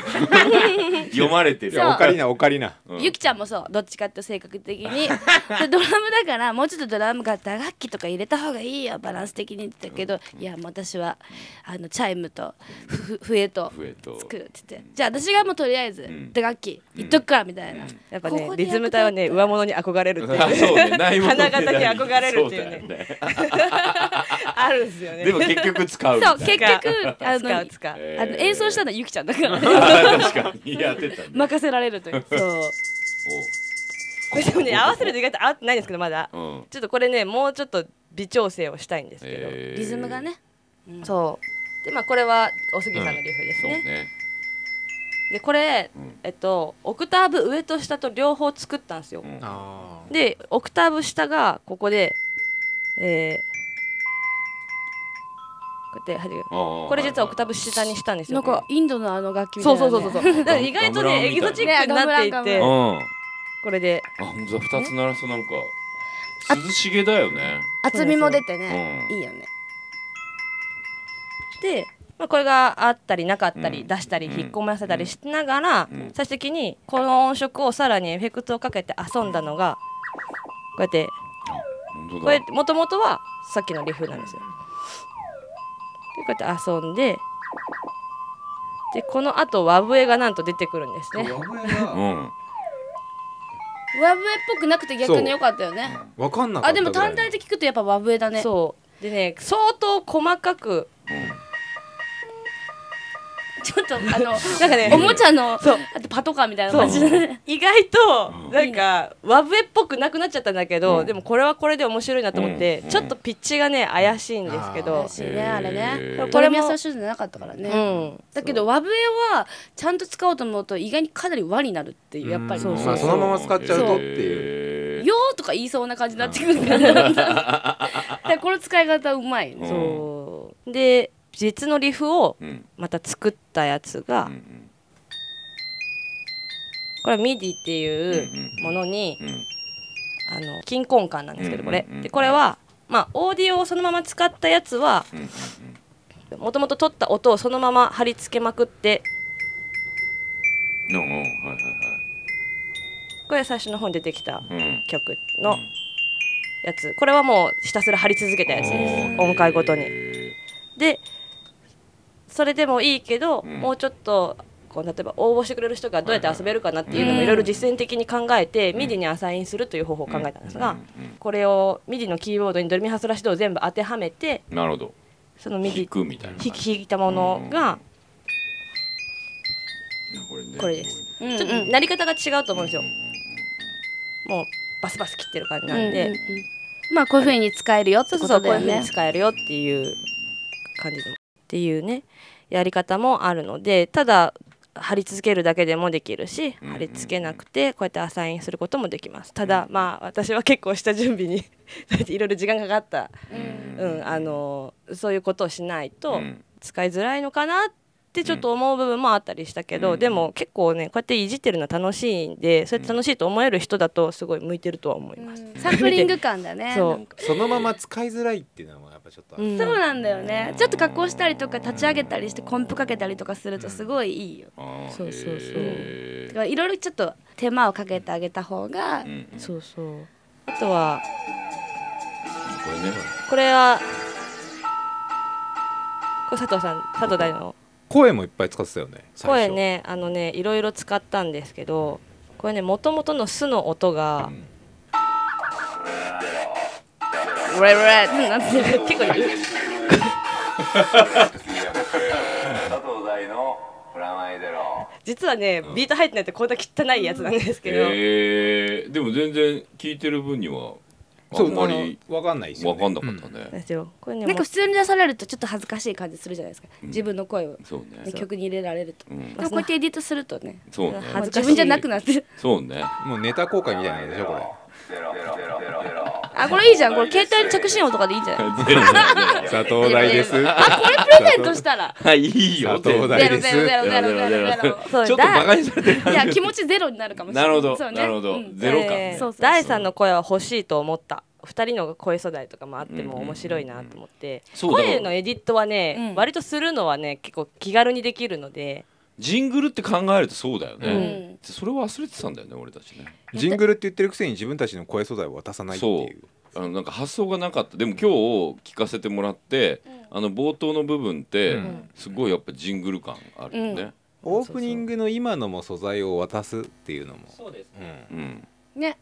Speaker 2: 読まれて
Speaker 4: い
Speaker 2: る。
Speaker 4: やオカリナオカリナ
Speaker 2: うん
Speaker 5: ゆきちゃんもそうどっちかって性格的にでドラムだからもうちょっとドラムが打楽器とか入れた方がいいよバランス的にって言ったけど、いやもう私はあのチャイムとふふ笛と
Speaker 2: 笛と
Speaker 5: 作るって言ってじゃあ私がもうとりあえず
Speaker 2: ん
Speaker 5: 打楽器言っとくからみたいな、
Speaker 3: やっぱ
Speaker 5: ここ
Speaker 3: ね、
Speaker 5: で
Speaker 3: リズム体はね、上物に憧れるっていう
Speaker 2: あ
Speaker 3: ね、
Speaker 2: そうね。ないもの
Speaker 3: 花形に憧れるっていうね
Speaker 2: そうだよね。
Speaker 3: あるんですよね。
Speaker 2: でも結局使うみた
Speaker 5: そ
Speaker 2: いうな。
Speaker 5: 結局
Speaker 3: 使
Speaker 5: あ
Speaker 3: う
Speaker 5: の
Speaker 3: 使う。
Speaker 2: えー
Speaker 5: あの演奏したのはゆきちゃんだから
Speaker 2: 確かにやってたね。
Speaker 5: 任せられるという
Speaker 3: そう。
Speaker 2: お
Speaker 3: これでもね、合わせると意外と合ってないんですけど、まだ。
Speaker 2: ううん。
Speaker 3: ちょっとこれね、もうちょっと微調整をしたいんですけど。
Speaker 2: えー
Speaker 5: リズムが。ね
Speaker 3: そう。で、まあ、これはおすぎさんのリフです
Speaker 2: そう
Speaker 3: ね。
Speaker 2: ね。
Speaker 3: で、これ、
Speaker 2: うん
Speaker 3: えっと、オクターブ上と下と両方作ったんですよ。
Speaker 2: うん
Speaker 4: あー
Speaker 3: で、オクターブ下がここで、えー、こうやって、はいこれ実はオクターブ下にしたんです
Speaker 5: な
Speaker 3: よ。
Speaker 5: んかインドのあの楽器みた
Speaker 3: そ
Speaker 5: いうな、
Speaker 3: そ
Speaker 5: ね、
Speaker 3: うそうそう そう。だから意外と
Speaker 2: ガムラン
Speaker 3: ね、エキ
Speaker 2: みたいな
Speaker 3: ゾチックになっていっ
Speaker 5: ね
Speaker 3: て
Speaker 5: ガ、
Speaker 2: うん。あ、
Speaker 3: これで、
Speaker 2: 本当だ。二つ鳴らすとなんか涼しげだよね。
Speaker 5: 厚みも出てね、
Speaker 2: うん
Speaker 5: いいよね
Speaker 3: で、まあ、これがあったりなかったり、
Speaker 2: うん
Speaker 3: 出したり
Speaker 2: うん
Speaker 3: 引っ込ませたりしながら、
Speaker 2: うん
Speaker 3: 最終的にこの音色をさらにエフェクトをかけて遊んだのがこうやって
Speaker 2: 本当
Speaker 3: これ
Speaker 2: だ。
Speaker 3: もともとはさっきのリフなんですよ。でこうやって遊んででこのあと和笛がなんと出てくるんですね。
Speaker 2: うん。
Speaker 5: 和笛っぽくなくて逆に良かったよね
Speaker 4: わかんなか
Speaker 5: あ
Speaker 4: った
Speaker 5: でも単体で聞くとやっぱ和笛だね
Speaker 3: そうでね相当細かく
Speaker 5: ちょっとあの
Speaker 3: なんかね
Speaker 5: おもちゃの
Speaker 3: そう
Speaker 5: あとパトカーみたいな
Speaker 3: そ
Speaker 5: 感じで
Speaker 3: う意外となんか和笛っぽくなくなっちゃったんだけど、
Speaker 2: うん
Speaker 3: でもこれはこれで面白いなと思って、
Speaker 2: うん
Speaker 3: ちょっとピッチがね怪しいんですけど
Speaker 5: 怪、しいねあれ
Speaker 2: へー
Speaker 5: ねこれも優しいじゃなかったからね、
Speaker 3: うん
Speaker 5: だけど和笛はちゃんと使おうと思うと意外にかなり和になるっていうやっぱり
Speaker 3: うん
Speaker 5: よ
Speaker 3: まあ
Speaker 4: そのまま使っちゃうとっていう
Speaker 5: ーとか言いそうな感じになってくるからだからこの使い方うまいね
Speaker 3: そうで実のリフを
Speaker 2: うん
Speaker 3: また作ったやつが、
Speaker 2: うん
Speaker 3: これはミディっていう
Speaker 2: うんうん
Speaker 3: ものに、
Speaker 2: うん
Speaker 3: あの金婚感なんですけどこれ、
Speaker 2: うんうんうん
Speaker 3: でこれはまあオーディオをそのまま使ったやつは
Speaker 2: うんうん
Speaker 3: もともと取った音をそのまま貼り付けまくって
Speaker 2: うんうんはいは
Speaker 3: これ最初の本に出てきた
Speaker 2: いはいうん
Speaker 3: 曲のやつこれはもうひたすら貼り続けたやつです音階ごとに。
Speaker 2: へ
Speaker 3: でそれでもいいけど、
Speaker 2: うん
Speaker 3: もうちょっとこう例えば応募してくれる人がどうやって遊べるかなっていうの
Speaker 5: う
Speaker 3: も
Speaker 5: ん
Speaker 3: いろいろ実践的に考えて、ミディにアサインするという方法を考えたんですが、
Speaker 2: うんうんうん
Speaker 3: これをミディのキーボードにドレミファソラシドを全部当てはめて
Speaker 2: なるほど
Speaker 3: そのミディ
Speaker 2: 弾くみたいな感
Speaker 3: 弾
Speaker 2: じ
Speaker 3: き弾いたものが、
Speaker 2: これね
Speaker 3: これです
Speaker 5: うんうん
Speaker 3: ちょっとなり方が違うと思うんですよ。もうバスバス切ってる感じなんで、
Speaker 5: うんうんうんまあこういうふうに使えるよって
Speaker 3: そうそうそ
Speaker 5: こと
Speaker 3: うこうい
Speaker 5: だよ
Speaker 3: う風に
Speaker 5: ね
Speaker 3: 使えるよっていう感じでもっていうねやり方もあるのでただ貼り続けるだけでもできるし
Speaker 2: うんうん
Speaker 3: 貼り付けなくてこうやってアサインすることもできますただまあ私は結構下準備に そうやっていろいろ時間かかった、うんあのそういうことをしないと
Speaker 2: うん
Speaker 3: 使いづらいのかなってちょっと思う部分もあったりしたけど、
Speaker 2: うん
Speaker 3: でも結構ねこうやっていじってるの楽しいんでそうやって楽しいと思える人だとすごい向いてるとは思います。
Speaker 5: うんサンプリング感だね
Speaker 3: そう
Speaker 5: なんか
Speaker 4: そのまま使いづらいっていうのはやっぱちょっとある、
Speaker 3: ん
Speaker 5: そうなんだよねちょっと加工したりとか立ち上げたりしてコンプかけたりとかするとすごいいいよ
Speaker 2: あー
Speaker 3: そうそうそう
Speaker 2: へ
Speaker 5: だ
Speaker 2: ー
Speaker 5: からいろいろちょっと手間をかけてあげた方が
Speaker 2: うんうん
Speaker 3: そうそうあとは
Speaker 2: これね
Speaker 3: これはこれ佐藤さん佐藤大の
Speaker 4: 声もいっぱい使ってたよね
Speaker 3: 声ねあのねいろいろ使ったんですけどこれねもともとの「す」の音が
Speaker 2: ん
Speaker 5: 「ウレウレ」ってなってる結構
Speaker 1: 佐藤大のプラマイゼロ。
Speaker 3: 実はねビート入ってないってこんな汚いやつなんですけど
Speaker 2: えーでも全然聞いてる分にはあ
Speaker 4: そうん
Speaker 2: まり
Speaker 4: わかんないですよ
Speaker 2: わ
Speaker 4: ね
Speaker 2: かんなかったね
Speaker 3: ですよこれね
Speaker 5: なん
Speaker 3: も
Speaker 5: か普通に出されるとちょっと恥ずかしい感じするじゃないですか自分の声を
Speaker 2: そうね
Speaker 5: 曲に入れられると
Speaker 2: う
Speaker 5: でも
Speaker 2: ん
Speaker 5: こうやってエディットするとね
Speaker 2: そうね
Speaker 3: 恥ずかしい
Speaker 5: 自分じゃなく なって
Speaker 2: そう ね
Speaker 4: もうネタ公開みたいなんでしょこれ
Speaker 1: ゼロゼロゼロゼロゼロ。
Speaker 5: あこれいいじゃんこれ携帯の着信音とかでいいんじゃない
Speaker 4: 佐藤大です
Speaker 5: あこれプレゼントした ら
Speaker 2: はいいいよ
Speaker 4: 佐藤大
Speaker 5: ゼ
Speaker 4: 大
Speaker 5: ロ
Speaker 4: で
Speaker 5: ゼ
Speaker 4: す
Speaker 5: ロゼロゼロゼロゼロ
Speaker 3: そう
Speaker 2: ちょっとバカにされてる
Speaker 5: い
Speaker 2: 感
Speaker 5: や
Speaker 2: じ
Speaker 5: 気持ちゼロになるかもしれな
Speaker 2: な
Speaker 5: い
Speaker 2: るほど
Speaker 5: そうね
Speaker 2: なるほど
Speaker 5: うん
Speaker 2: ゼロ感
Speaker 3: えー
Speaker 5: そうそうそう
Speaker 3: 第三の声は欲しいと思った二人の声素材とかもあっても面白いなと思って
Speaker 2: そうだから
Speaker 3: 声のエディットは
Speaker 5: うん
Speaker 3: ね割とするのはね結構気軽にできるので
Speaker 2: ジングルって考えるとそうだよね、
Speaker 5: うん
Speaker 2: それ忘れてたんだよね俺たちね
Speaker 4: ジングルって言ってるくせに自分たちの声素材を渡さないって
Speaker 2: そ
Speaker 4: いう
Speaker 2: うあのなんか発想がなかったでも今日聞かせてもらって、あの冒頭の部分って、
Speaker 4: うん
Speaker 2: すごいやっぱジングル感あるよね、
Speaker 4: オープニングの今のも素材を渡すっていうのもそうですね、
Speaker 2: うん
Speaker 5: ね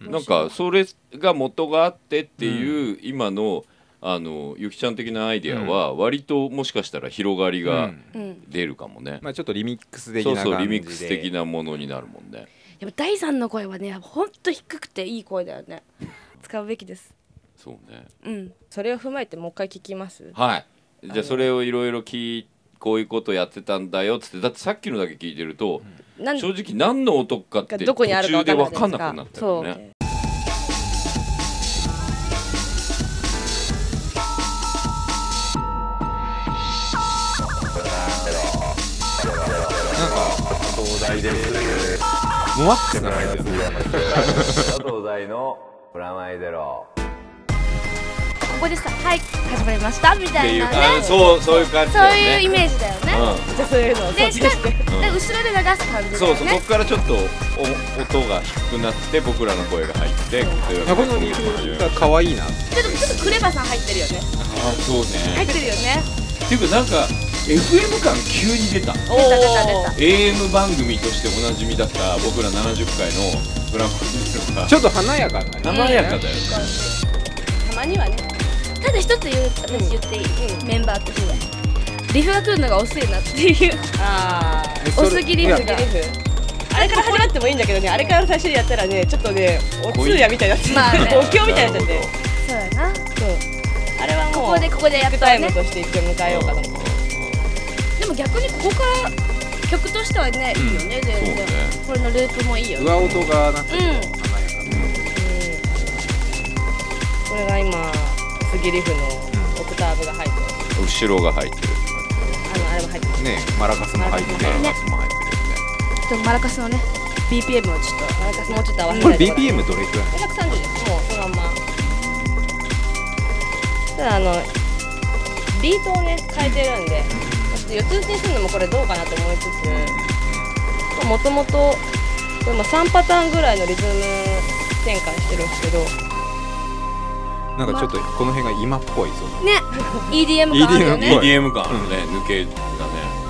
Speaker 2: なんかそれが元があってっていう、今のあのゆきちゃん的なアイデアは割ともしかしたら広がり
Speaker 4: うん
Speaker 2: が
Speaker 5: うん
Speaker 2: 出るかもね、
Speaker 4: まあちょっとリミックス的
Speaker 2: そ
Speaker 4: な
Speaker 2: う
Speaker 4: 感じ
Speaker 2: そ
Speaker 4: で
Speaker 2: うリミックス的なものになるもんね
Speaker 5: でも第三の声はねほんと低くていい声だよ ね使うべきです
Speaker 2: そうね
Speaker 5: うん
Speaker 3: それを踏まえてもう一回聞きます
Speaker 2: はいじゃあそれをいろいろ聞いこういうことやってたんだよっつってだってさっきのだけ聞いてると、
Speaker 3: なん
Speaker 2: 正直何の音かって
Speaker 3: ど
Speaker 2: 途
Speaker 3: こにあるか
Speaker 2: 中
Speaker 3: わか
Speaker 2: で
Speaker 3: んないじ
Speaker 2: 分か
Speaker 3: ゃな
Speaker 2: んなく
Speaker 3: い
Speaker 2: な
Speaker 3: で
Speaker 2: っ
Speaker 3: すか
Speaker 2: たよね
Speaker 4: もわってならないですよ
Speaker 1: 佐藤大のプラマイゼロ。
Speaker 5: ここでさ「はい始まりました」みた
Speaker 2: って
Speaker 5: い
Speaker 2: いう
Speaker 5: な
Speaker 2: あ
Speaker 5: ね
Speaker 2: そ
Speaker 5: そう
Speaker 2: うそういう感じだよね
Speaker 5: いうイメージだよね
Speaker 2: うん
Speaker 3: じゃあそういうのを
Speaker 5: で
Speaker 3: 卒
Speaker 5: 下
Speaker 3: 業
Speaker 5: で
Speaker 3: して
Speaker 5: 後ろで流す感じだ
Speaker 2: そうそ
Speaker 5: よ
Speaker 2: うこ
Speaker 5: ね
Speaker 2: こからちょっとお音が低くなって僕らの声が入ってというわ
Speaker 4: こ
Speaker 2: け
Speaker 4: の
Speaker 2: で
Speaker 4: リフが可愛いな
Speaker 5: ちょっとちょっとクレバさん入ってるよね
Speaker 2: あそうね
Speaker 5: 入ってるよね
Speaker 2: っていうかなんか FM 感急に出た
Speaker 3: お
Speaker 5: 出た出た出た
Speaker 2: AM 番組としておなじみだった僕ら70回の「ブラマイゼロ」
Speaker 4: ちょっと華やか
Speaker 2: が
Speaker 4: な
Speaker 2: 華やかだよね
Speaker 5: たまにはねただ一つ言う私言っていい、メンバーとしてはリフが来るのが遅いなっていう
Speaker 3: ああ
Speaker 4: えそ
Speaker 5: お
Speaker 4: れ
Speaker 5: すぎリフが
Speaker 3: あれから始まってもいいんだけどねあれから最初にやったらねちょっとねお通夜みたいになって
Speaker 5: まあね
Speaker 3: お経みたいになっちゃって
Speaker 5: そうやな
Speaker 3: あれはもう
Speaker 5: ここでここでやっ
Speaker 3: ビッグ
Speaker 5: と
Speaker 3: タイ
Speaker 5: ね
Speaker 3: ムとして一応迎えようかと思って
Speaker 5: でも逆にここから曲としてはね、いいよね全
Speaker 2: そう
Speaker 5: 然、
Speaker 2: ね
Speaker 5: これのループもいいよね
Speaker 4: 上音がなんか
Speaker 5: うん
Speaker 4: 華やかな
Speaker 3: これが今薄切り譜のオクターブが入ってる
Speaker 2: 後ろが入ってる
Speaker 3: あのあれも入ってる
Speaker 4: ねマラカスも入って
Speaker 2: カ
Speaker 4: て
Speaker 2: ラマスも入ってるよね
Speaker 5: でもマラカスのね BPM をちょっと
Speaker 3: なんかもうちょっと合わせ
Speaker 4: こ
Speaker 3: た
Speaker 4: れ
Speaker 3: いところ
Speaker 4: BPM どれくらい
Speaker 3: 530ですもうそのまんまただあのビートをね変えてるんでちょっと四つ打ちにするのもこれどうかなと思いつつもともとこれも3パターンぐらいのリズム転換してるんですけど
Speaker 4: なんかちょっとこの辺が今っぽいそう
Speaker 5: ね EDM 感あるよ
Speaker 4: EDM
Speaker 5: ねね
Speaker 4: っぽい
Speaker 2: EDM 感あるね抜けがね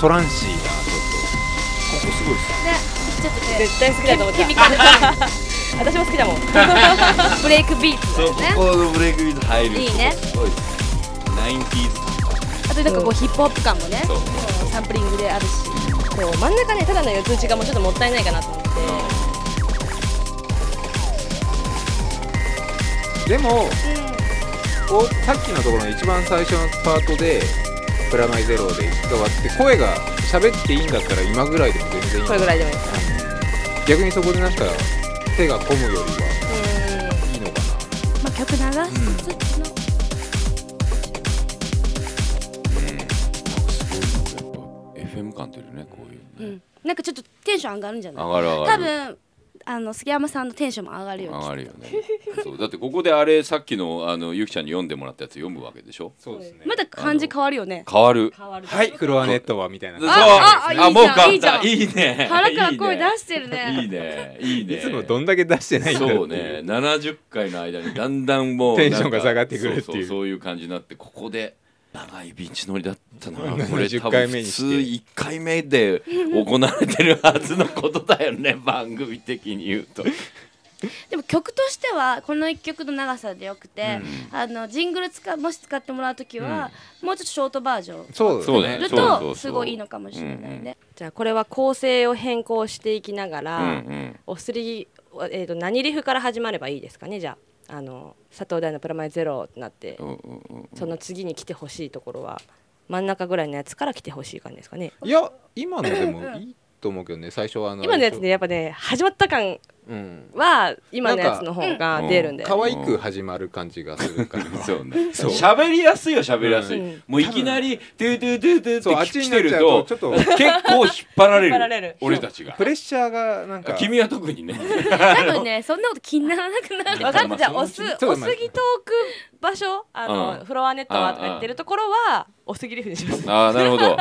Speaker 4: トランシーなちょっとここすごいっす
Speaker 5: ちょっとね
Speaker 3: 絶対好きだと思っ
Speaker 5: ケ
Speaker 3: た
Speaker 5: ミカルな
Speaker 3: 私も好きだもん
Speaker 5: ブレイクビーツだよね
Speaker 2: このブレイクビート入る
Speaker 5: いいね
Speaker 2: すごい 90s
Speaker 5: あとなんかこうヒップホップ感もね
Speaker 2: そう
Speaker 5: うんサンプリングであるし
Speaker 3: でも真ん中ねただの四つ打ちがもうちょっともったいないかなと思って
Speaker 4: でも、おさっきのところの一番最初のパートで「プラマイゼロ」で一回終わって声が喋っていいんだったら今ぐらいでも全然いい
Speaker 3: これぐらいでもいいです
Speaker 4: 逆にそこでなんか手が込むよりはいいのか
Speaker 5: まあ曲流しつつの、
Speaker 2: すごいなんかやっぱ FM 感出るねこういう
Speaker 5: う
Speaker 2: ね
Speaker 5: んなんかちょっとテンション上がるんじゃない
Speaker 2: 上がる上が
Speaker 5: 多
Speaker 2: る
Speaker 5: 分あの杉山さんのテンションも上がるよ
Speaker 2: 上
Speaker 5: ね
Speaker 2: がるよねそうだってここであれさっきのあのゆきちゃんに読んでもらったやつ読むわけでしょ
Speaker 4: そうですね
Speaker 5: まだ感じ変わるよね
Speaker 2: 変わる
Speaker 3: 変わる
Speaker 4: はいフロアネットはみたいな
Speaker 2: そう
Speaker 5: ああいいじゃん
Speaker 2: もう変わ
Speaker 5: いい
Speaker 2: っ
Speaker 5: じゃ
Speaker 2: た
Speaker 5: ん
Speaker 2: いいね
Speaker 5: 腹から声出してるね
Speaker 2: いいねいいね
Speaker 4: いつもどんだけ出してないんだろ
Speaker 2: そうね70回の間にだんだんもう
Speaker 4: テンション
Speaker 2: な
Speaker 4: が
Speaker 2: んか
Speaker 4: 下がってくるっていう
Speaker 2: そうそうそういう感じになってここで長いビーチ乗りだったなこれ
Speaker 4: 70
Speaker 2: 多
Speaker 4: 回
Speaker 2: 分
Speaker 4: 目
Speaker 2: 普
Speaker 4: にして
Speaker 2: 通1回目で行われてるはずのことだよね 番組的に言うと
Speaker 5: でも曲としてはこの一曲の長さでよくて、あのジングル使もし使ってもらうときは、もうちょっとショートバージョン
Speaker 4: そう
Speaker 2: そう
Speaker 4: だ
Speaker 2: だ
Speaker 4: ね
Speaker 2: ね
Speaker 5: する
Speaker 2: そうそうそ
Speaker 5: と
Speaker 2: う
Speaker 5: すごいいいのかもしれないね。
Speaker 3: じゃあこれは構成を変更していきながら、
Speaker 2: うんうん
Speaker 3: おすり、えー、と何リフから始まればいいですかねじゃああの佐藤大の「プラマイゼロ」ってなって、
Speaker 2: うんうんうん
Speaker 3: その次に来てほしいところは真ん中ぐらいのやつから来てほしい感じですかね
Speaker 4: いや今のでもいいと思うけどね最初はあの
Speaker 3: 今のやつねやっぱね始まった感
Speaker 4: うん
Speaker 3: は今のやつの方が出るんで、
Speaker 4: 可愛く始まる感じがするから
Speaker 2: そうね
Speaker 4: そう
Speaker 2: 喋りやすいよ喋りやすい、
Speaker 3: うん
Speaker 2: もういきなり「トゥトゥトゥトゥ」って
Speaker 4: そうあっち
Speaker 2: 聞
Speaker 4: に
Speaker 2: き
Speaker 4: なってち
Speaker 2: る
Speaker 4: ゃ
Speaker 2: と
Speaker 4: う
Speaker 2: 結
Speaker 4: とちょ
Speaker 2: 構
Speaker 4: っと
Speaker 2: 引っ張られる
Speaker 3: 引っ張られる
Speaker 2: 俺たちが
Speaker 4: プレッシャーがなんか
Speaker 2: 君は特 にね
Speaker 5: 多分ねそんなこと気にならなくなる。
Speaker 3: 分かったじゃあおす
Speaker 2: ち
Speaker 4: ょっと
Speaker 3: お
Speaker 4: 待
Speaker 3: す
Speaker 4: って
Speaker 3: ぎトーク場所あの、
Speaker 2: うん
Speaker 3: フロアネットはとか言ってるところはおすぎリフにします
Speaker 2: ああなるほど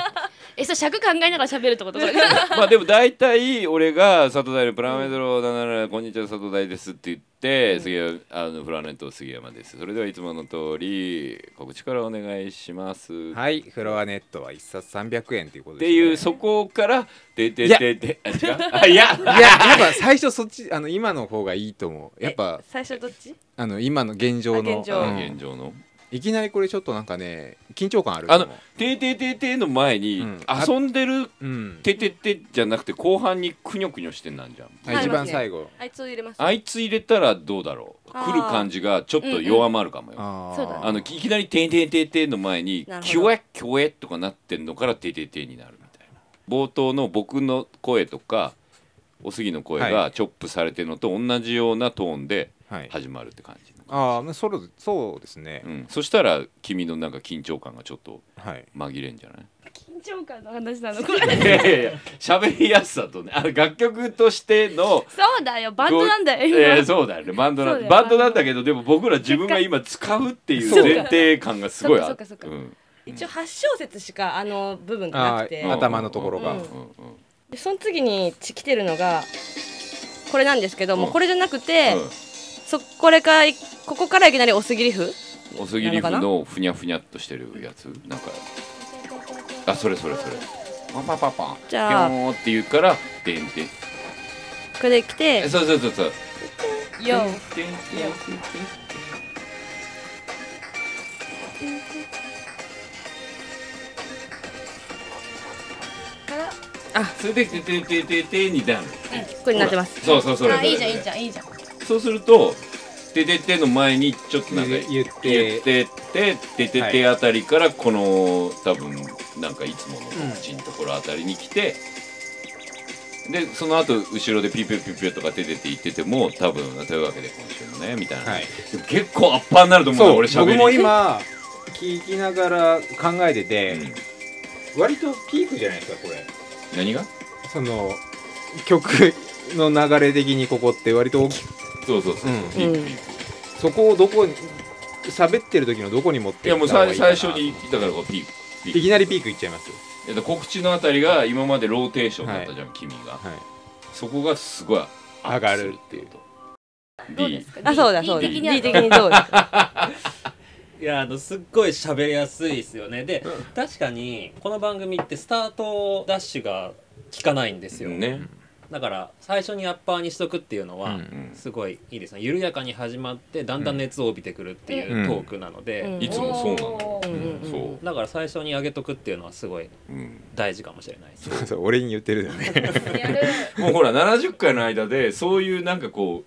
Speaker 5: えそれ尺考えながら喋るってこと。
Speaker 2: まあでも大体俺が「佐藤大のプラメドロだならこんにちは佐藤大です」って言って、杉山あのフラネット杉山ですそれではいつもの通り告知からお願いします、
Speaker 4: はいフロアネットは一冊300円ということ
Speaker 2: っ
Speaker 4: で
Speaker 2: て
Speaker 4: すね
Speaker 2: いうそこから「でででで」あ違うあいや
Speaker 4: いややっぱ最初そっちあの今の方がいいと思うやっぱ
Speaker 3: え最初どっち
Speaker 4: あの今の現状
Speaker 3: あ
Speaker 4: の
Speaker 3: 現状
Speaker 4: うん
Speaker 2: 現状の
Speaker 4: いきなりこれちょっとなんかね緊張感あると
Speaker 2: あ
Speaker 4: 思
Speaker 2: の
Speaker 4: う
Speaker 2: 「てててて」の前に、
Speaker 4: うん
Speaker 2: 遊んでる
Speaker 4: うん
Speaker 2: 「ててて」じゃなくて後半にくにょくにょしてんなんじゃん
Speaker 4: あ一番最後
Speaker 3: あいつを入れます
Speaker 2: あいつ入れたらどうだろう
Speaker 3: あー
Speaker 2: 来る感じがちょっと弱まるかもよ、
Speaker 4: あー
Speaker 5: そうだね
Speaker 2: あのいきなり「てんてんてんてん」の前に
Speaker 3: なる
Speaker 2: 「
Speaker 3: ほど
Speaker 2: きょえきょえ」とかなってんのから「てんてんてん」になるみたいな冒頭の僕の声とかおすぎの声
Speaker 4: は
Speaker 2: がチョップされてるのと同じようなトーンで
Speaker 4: はい
Speaker 2: 始まるって感じ、
Speaker 4: ああまあそろそうですね
Speaker 2: うん、そしたら君のなんか緊張感がちょっと
Speaker 4: はい
Speaker 2: 紛れんじゃない
Speaker 5: 緊張感の話なのこれ。
Speaker 2: いやいやいや喋りやすさとねあの楽曲としての
Speaker 5: そうだよバンドなんだ よ。
Speaker 2: えー、
Speaker 5: 今
Speaker 2: そうだよねバンド
Speaker 5: そ
Speaker 2: な
Speaker 5: うだよ
Speaker 2: バンドなんだけどでも僕ら自分が今使うっていう
Speaker 4: そう
Speaker 2: 前提感がすごいあ
Speaker 5: そっ
Speaker 2: る
Speaker 5: かそっかそっか
Speaker 2: うん
Speaker 3: 一応8小節しかあの部分がな
Speaker 4: あ
Speaker 3: くて
Speaker 4: ー頭のところが
Speaker 2: うんうんうん
Speaker 3: でその次にち来てるのがこれなんですけど、
Speaker 2: うん
Speaker 3: もうこれじゃなくて、
Speaker 2: うん
Speaker 3: そこれからいここからいきなりおすぎリフ
Speaker 2: おすぎリフのふにゃふにゃっとしてるやつなんかあそれそれそれパンパンパンパン
Speaker 3: じゃあ
Speaker 2: ピョーンって言うからでんでん
Speaker 3: これで来
Speaker 2: え
Speaker 3: て
Speaker 2: そうそうそうそう
Speaker 3: よ
Speaker 2: でんでんでんでん
Speaker 5: から
Speaker 2: それでてててててになる
Speaker 3: これになってます
Speaker 2: そうそうそう
Speaker 5: あいいじゃんいいじゃんいいじゃん
Speaker 2: そうすると「ててて」の前にちょっとなんか
Speaker 4: 言っ
Speaker 2: 言
Speaker 4: て
Speaker 2: ってって「ててて」あたりからこの多分なんかいつもの告知のところあたりに来て、でその後後ろでピュピュピュピュとか「ててて」言ってても多分というわけで今週もねみたいな、
Speaker 4: はい
Speaker 2: でも結構アッパーになると思う
Speaker 4: そ
Speaker 2: よ
Speaker 4: う
Speaker 2: 俺しゃべ
Speaker 4: 僕
Speaker 2: り
Speaker 4: も今聞きながら考えてて、
Speaker 2: うん
Speaker 4: 割とピークじゃないですかこれ
Speaker 2: 何が
Speaker 4: その曲の流れ的にここって割と大きく
Speaker 2: そうそうそう、
Speaker 4: うん
Speaker 2: ピー
Speaker 3: う
Speaker 2: ク
Speaker 3: ん
Speaker 2: ピーク
Speaker 4: そこをどこに喋ってる時のどこに持っ
Speaker 2: い
Speaker 4: て
Speaker 2: や
Speaker 4: っ
Speaker 2: も
Speaker 4: た
Speaker 2: う
Speaker 4: 方が
Speaker 2: 最
Speaker 4: いいかな
Speaker 2: 最初にだからこうピークピーク
Speaker 4: いきなりピークいっちゃいます
Speaker 2: えっと告知のあたりが今までローテーションだったじゃん、君が
Speaker 4: はい
Speaker 2: そこがすごいアップすこと
Speaker 5: どう
Speaker 2: D
Speaker 5: ですか
Speaker 3: あそうだ
Speaker 5: D-
Speaker 3: そうだ
Speaker 5: D
Speaker 3: 理
Speaker 5: 的には
Speaker 3: 的にどう ですか
Speaker 6: いやあのすっごい喋りやすいですよねで、確かにこの番組ってスタートダッシュが効かないんですよ、
Speaker 2: ね、
Speaker 6: だから最初にアッパーにしとくっていうのは、
Speaker 4: うん
Speaker 6: すごいいいですね緩やかに始まってだんだん熱を帯びてくるっていううんトークなので、
Speaker 3: うん
Speaker 2: いつもそうなの
Speaker 3: うんうんうん
Speaker 2: そう
Speaker 6: だから最初に上げとくっていうのはすごい
Speaker 2: うん
Speaker 6: 大事かもしれないです
Speaker 4: そうそう俺に言ってるよね
Speaker 5: やる
Speaker 2: もうほら70回の間でそういうなんかこ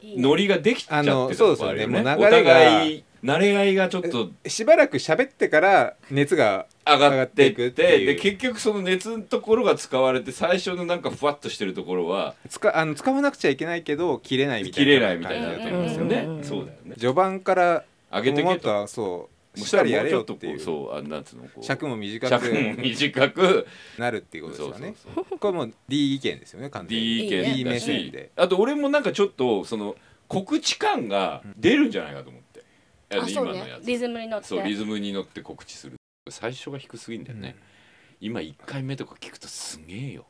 Speaker 5: いういね
Speaker 2: ノリができちゃってた
Speaker 4: あの
Speaker 2: とこあるよ
Speaker 4: そうですよねもう流
Speaker 2: お
Speaker 4: れが
Speaker 2: 互い慣れ合いがちょっと
Speaker 4: しばらく喋ってから熱が
Speaker 2: 上がっていっ
Speaker 4: 上がって
Speaker 2: て
Speaker 4: いくっていう
Speaker 2: で結局その熱のところが使われて最初のなんかふわっとしてるところは
Speaker 4: つかあの使わなくちゃいけないけど切れないみた
Speaker 2: 切
Speaker 4: い
Speaker 2: れ
Speaker 4: な
Speaker 2: ないみたいになって
Speaker 4: 感じ
Speaker 2: る
Speaker 4: だ
Speaker 2: ん
Speaker 4: と思
Speaker 2: です
Speaker 4: うんよ
Speaker 2: よね、
Speaker 4: ね、
Speaker 3: うんうんうん
Speaker 2: そうだよね
Speaker 4: 序盤から
Speaker 2: 上げて
Speaker 4: も
Speaker 2: け
Speaker 4: っ
Speaker 2: と
Speaker 4: とそう
Speaker 2: そ
Speaker 4: しっ
Speaker 2: し
Speaker 4: か
Speaker 2: た
Speaker 4: り
Speaker 2: ら
Speaker 4: や
Speaker 2: もう
Speaker 4: れ
Speaker 2: ちょ
Speaker 4: よ
Speaker 2: っ
Speaker 4: って
Speaker 2: とこ
Speaker 4: いう
Speaker 2: うそうあなんつうのこう
Speaker 4: 尺も短
Speaker 2: 尺も
Speaker 4: く
Speaker 2: 短く
Speaker 4: なるっていうことです
Speaker 2: そう
Speaker 4: よ
Speaker 2: そう
Speaker 4: ね
Speaker 2: そう
Speaker 4: これもう D 意見ですよね完全に
Speaker 2: D
Speaker 5: いい
Speaker 2: 系
Speaker 5: ね
Speaker 2: だ
Speaker 4: D 目線
Speaker 2: し
Speaker 4: で
Speaker 2: あと俺もなんかちょっとその告知感が出るんじゃないかと思ってあの
Speaker 5: あそう
Speaker 2: 今の
Speaker 5: ね
Speaker 2: やつ
Speaker 5: リズムに乗って
Speaker 2: そうリズムに乗って告知する最初が低すぎんだよね今1回目とか聞くとすげえよ